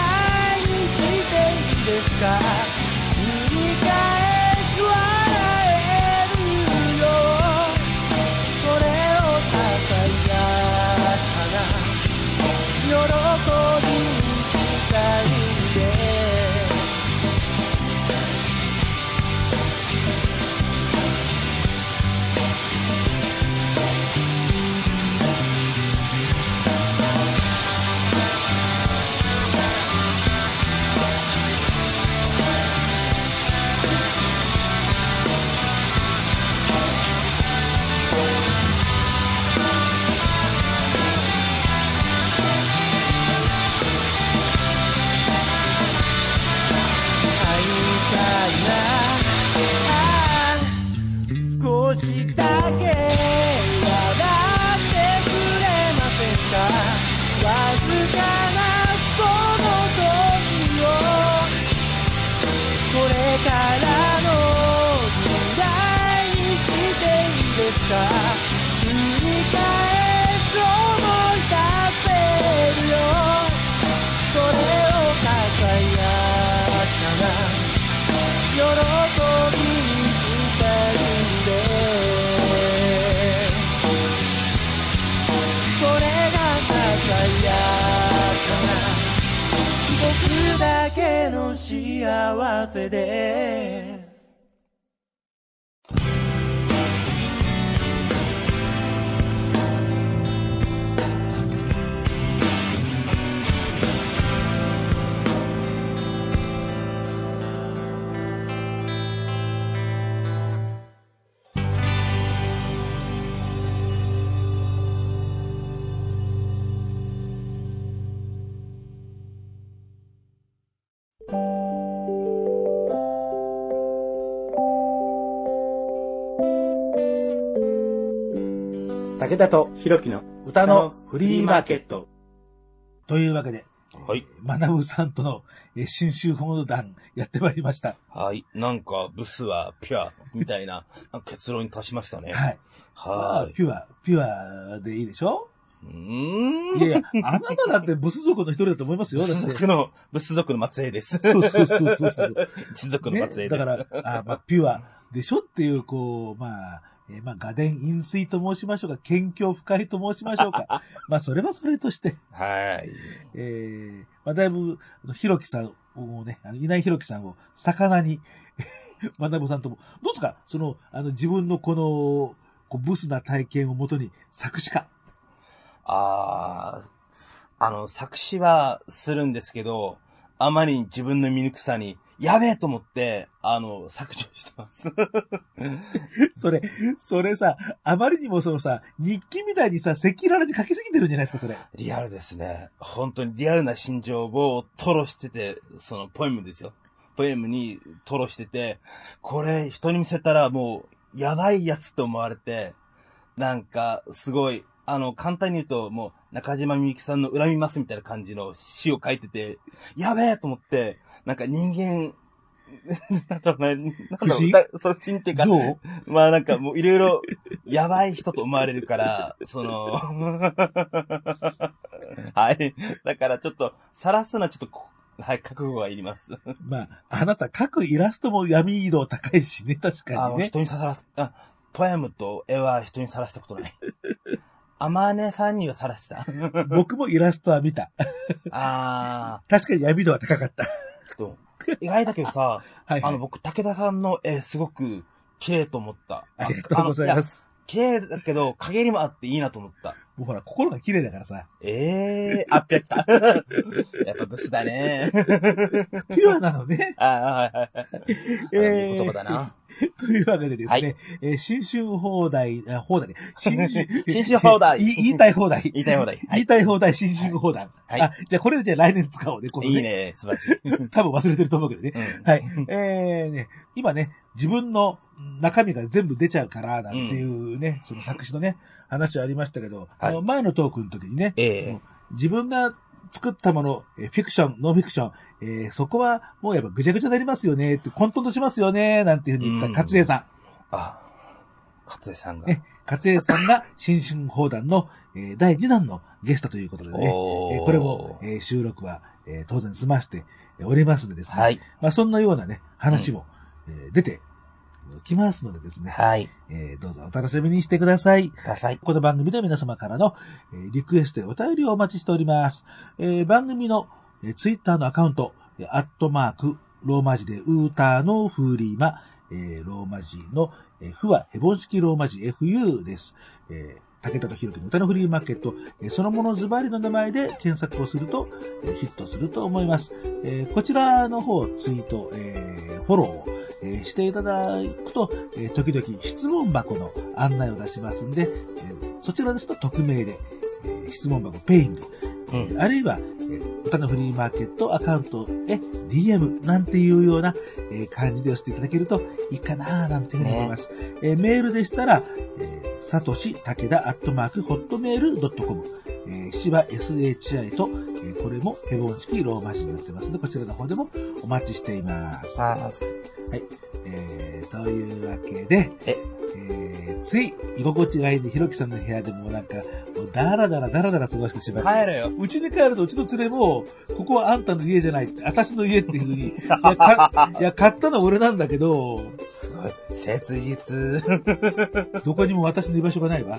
[SPEAKER 4] にしていいですか繰り返し笑えるよそれを支幸せです
[SPEAKER 1] 武田とひろきの歌のフリーマーケット。というわけで、
[SPEAKER 2] はい。
[SPEAKER 1] まなぶさんとの、えー新州報道団やってまいりました。
[SPEAKER 2] はい。なんか、ブスはピュア、みたいな、なんか結論に達しましたね。
[SPEAKER 1] はい。
[SPEAKER 2] はーい。
[SPEAKER 1] ピュア、ピュアでいいでしょ
[SPEAKER 2] うーん。
[SPEAKER 1] いやいや、あなただってブス族の一人だと思いますよ。
[SPEAKER 2] ブ
[SPEAKER 1] だって
[SPEAKER 2] ス
[SPEAKER 1] [laughs]
[SPEAKER 2] 族の、ブス族の末裔です。
[SPEAKER 1] そうそうそうそうそう。
[SPEAKER 2] 一族の
[SPEAKER 1] ね、
[SPEAKER 2] 末裔
[SPEAKER 1] だ
[SPEAKER 2] です。
[SPEAKER 1] から、あまあ、ピュアでしょっていう、こう、まあ、えーまあ、画伝飲水と申しましょうか、謙虚深いと申しましょう
[SPEAKER 2] [laughs]
[SPEAKER 1] か。まあ、それはそれとして、
[SPEAKER 2] はい。
[SPEAKER 1] えー、まあ、だいぶ、あのひろきさんをね、あの、いないひろきさんを、魚に、 [laughs] まなぶさんとも、どうですかその、あの、自分のこの、こうブスな体験をもとに、作詞家。 [laughs]
[SPEAKER 2] あー、あの、作詞はするんですけど、あまりに自分の醜さに、やべえと思って、あの、削除してます。
[SPEAKER 1] それ、それさ、あまりにもそのさ、日記みたいにさ、赤裸々に書きすぎてるんじゃないですか、
[SPEAKER 2] [laughs]
[SPEAKER 1] それ。
[SPEAKER 2] リアルですね。本当にリアルな心情を吐露してて、そのポエムですよ。ポエムに吐露してて、これ人に見せたらもう、やばいやつと思われて、なんか、すごい、あの、簡単に言うと、もう、中島みゆきさんの恨みますみたいな感じの詩を書いてて、やべえと思って、なんか人間、 [laughs] なんだろうな、なんだろ
[SPEAKER 1] 不審
[SPEAKER 2] うだ、そう、不審っていうか、
[SPEAKER 1] どう
[SPEAKER 2] まあなんかもういろいろ、やばい人と思われるから、その、はい。だからちょっと、晒すのはちょっとこ、はい、覚悟がいります。
[SPEAKER 1] まあ、あなた書くイラストも闇移動高いしね、確
[SPEAKER 2] あ
[SPEAKER 1] かに
[SPEAKER 2] の、
[SPEAKER 1] ね。
[SPEAKER 2] 人にさらす、あ、ポエムと絵は人に晒したことない。あまねさんには晒した。
[SPEAKER 1] 僕もイラストは見た。
[SPEAKER 2] あ
[SPEAKER 1] 確かに闇度は高かった。
[SPEAKER 2] ー、と、意外だけどさ、
[SPEAKER 1] はい、
[SPEAKER 2] あの、僕、武田さんの絵すごく綺麗と思った。
[SPEAKER 1] ありがとうございま
[SPEAKER 2] あの。
[SPEAKER 1] す。
[SPEAKER 2] や綺麗だけど、陰りもあっていいなと思った。
[SPEAKER 1] もうほら、心が綺麗だからさ、
[SPEAKER 2] ええー、あっぴ
[SPEAKER 1] [laughs]
[SPEAKER 2] ゃきた。やっぱブスだね。。
[SPEAKER 1] ピュアなのね
[SPEAKER 2] ああ、はいはいはい。
[SPEAKER 1] えー
[SPEAKER 2] いい言葉だな。
[SPEAKER 1] というわけでですね、
[SPEAKER 2] はい
[SPEAKER 1] えー新春放題、あ放題ね、新
[SPEAKER 2] [laughs] 新春放題
[SPEAKER 1] い言いたい放題。
[SPEAKER 2] 言いたい放題。は
[SPEAKER 1] 言
[SPEAKER 2] い
[SPEAKER 1] い。たい放題、新春放題。
[SPEAKER 2] はい
[SPEAKER 1] あ、じゃあこれじゃあ来年使おうね、この
[SPEAKER 2] いい。ね、素晴らしい。うん
[SPEAKER 1] 多分忘れてると思うけどね。はい。えーね、今ね、自分の中身が全部出ちゃうから、なんていうね、その作詞のね、話はありましたけど、
[SPEAKER 2] はい
[SPEAKER 1] あの前のトークの時にね、
[SPEAKER 2] ええ
[SPEAKER 1] 自分が作ったもの、えーフィクション、ノンフィクション、えーそこはもうやっぱぐちゃぐちゃになりますよね、って、混沌としますよね、なんていうふうに言
[SPEAKER 2] う
[SPEAKER 1] っ
[SPEAKER 2] ん
[SPEAKER 1] た勝江さん。
[SPEAKER 2] あ、勝江さんが。
[SPEAKER 1] ね、勝江さんが新春砲弾の、えー第2弾のゲストということでね、
[SPEAKER 2] おー
[SPEAKER 1] えーこれも、えー収録は、えー当然済ましておりますのでですね、
[SPEAKER 2] はい。
[SPEAKER 1] まあ、そんなようなね、話も、えー出てきますのでですね、
[SPEAKER 2] はい。
[SPEAKER 1] えーどうぞお楽しみにしてください。
[SPEAKER 2] ください。
[SPEAKER 1] この番組では皆様からの、えーリクエストやお便りをお待ちしております。えー番組の、えー、ツイッターのアカウント、えーアットマーク、ローマ字でウーターのフーリーマ、えーローマ字の、えーフはヘボン式ローマ字 FU です。えー武田とひろきの歌のフリーマーケット、えーそのものズバリの名前で検索をすると、えーヒットすると思います。えーこちらの方、ツイート、えーフォローを、えーしていただくと、えー時々質問箱の案内を出しますんで、えーそちらですと匿名で、えー質問箱ペイング、
[SPEAKER 2] うん。
[SPEAKER 1] あるいは、えー歌のフリーマーケットアカウントへ DM なんていうような、えー感じでしていただけるといいかなーなんていうふうに思います。えーメールでしたら、えー、さとし、たけだ、アットマーク、ホットメールドットコム、えー、しば SHI と、えーこれもヘボン式ローマ字になってますので、こちらの方でもお待ちしています。
[SPEAKER 2] さあ、
[SPEAKER 1] えー、というわけで、
[SPEAKER 2] え
[SPEAKER 1] えーつい居心地がいいんで、ひろきさんの部屋でもなんか、もうダラダラダラダラ過ごしてしまう。
[SPEAKER 2] 帰れよ。
[SPEAKER 1] うちに帰ると、うちの連れも、ここはあんたの家じゃないって、私の家っていうふうに、いや、かいや買ったのは俺なんだけど、
[SPEAKER 2] すごい。切実。 [laughs]
[SPEAKER 1] どこにも私の居場所がないわ。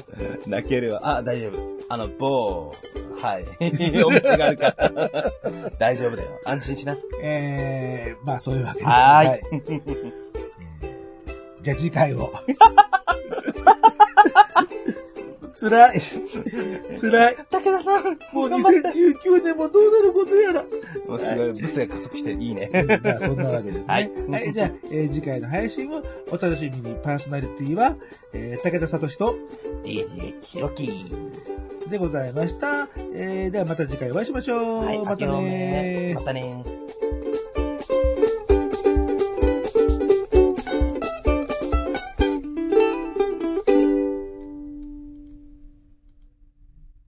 [SPEAKER 2] 泣けるわ。あ、大丈夫。あの、某、
[SPEAKER 1] [laughs]
[SPEAKER 2] はい。 [laughs] お店があるから。大丈夫だよ。安心しな。
[SPEAKER 1] えー、まあそういうわけで。
[SPEAKER 2] はーい。
[SPEAKER 1] じゃあ次回 [laughs] を。つらい。つらい。
[SPEAKER 2] 武田さん、
[SPEAKER 1] もう2019年もどうなることやら。
[SPEAKER 2] もうすごい、ブスが加速していいね。
[SPEAKER 1] じゃあそんなわけですね。
[SPEAKER 2] はい
[SPEAKER 1] じゃあ、えー次回の配信をお楽しみに。パーソナリティは、えー武田聡と
[SPEAKER 2] DJ キロキ
[SPEAKER 1] でございました。えーではまた次回お会いしましょう。
[SPEAKER 2] はい、
[SPEAKER 1] また
[SPEAKER 2] 明けお
[SPEAKER 1] ね
[SPEAKER 2] めまたねー。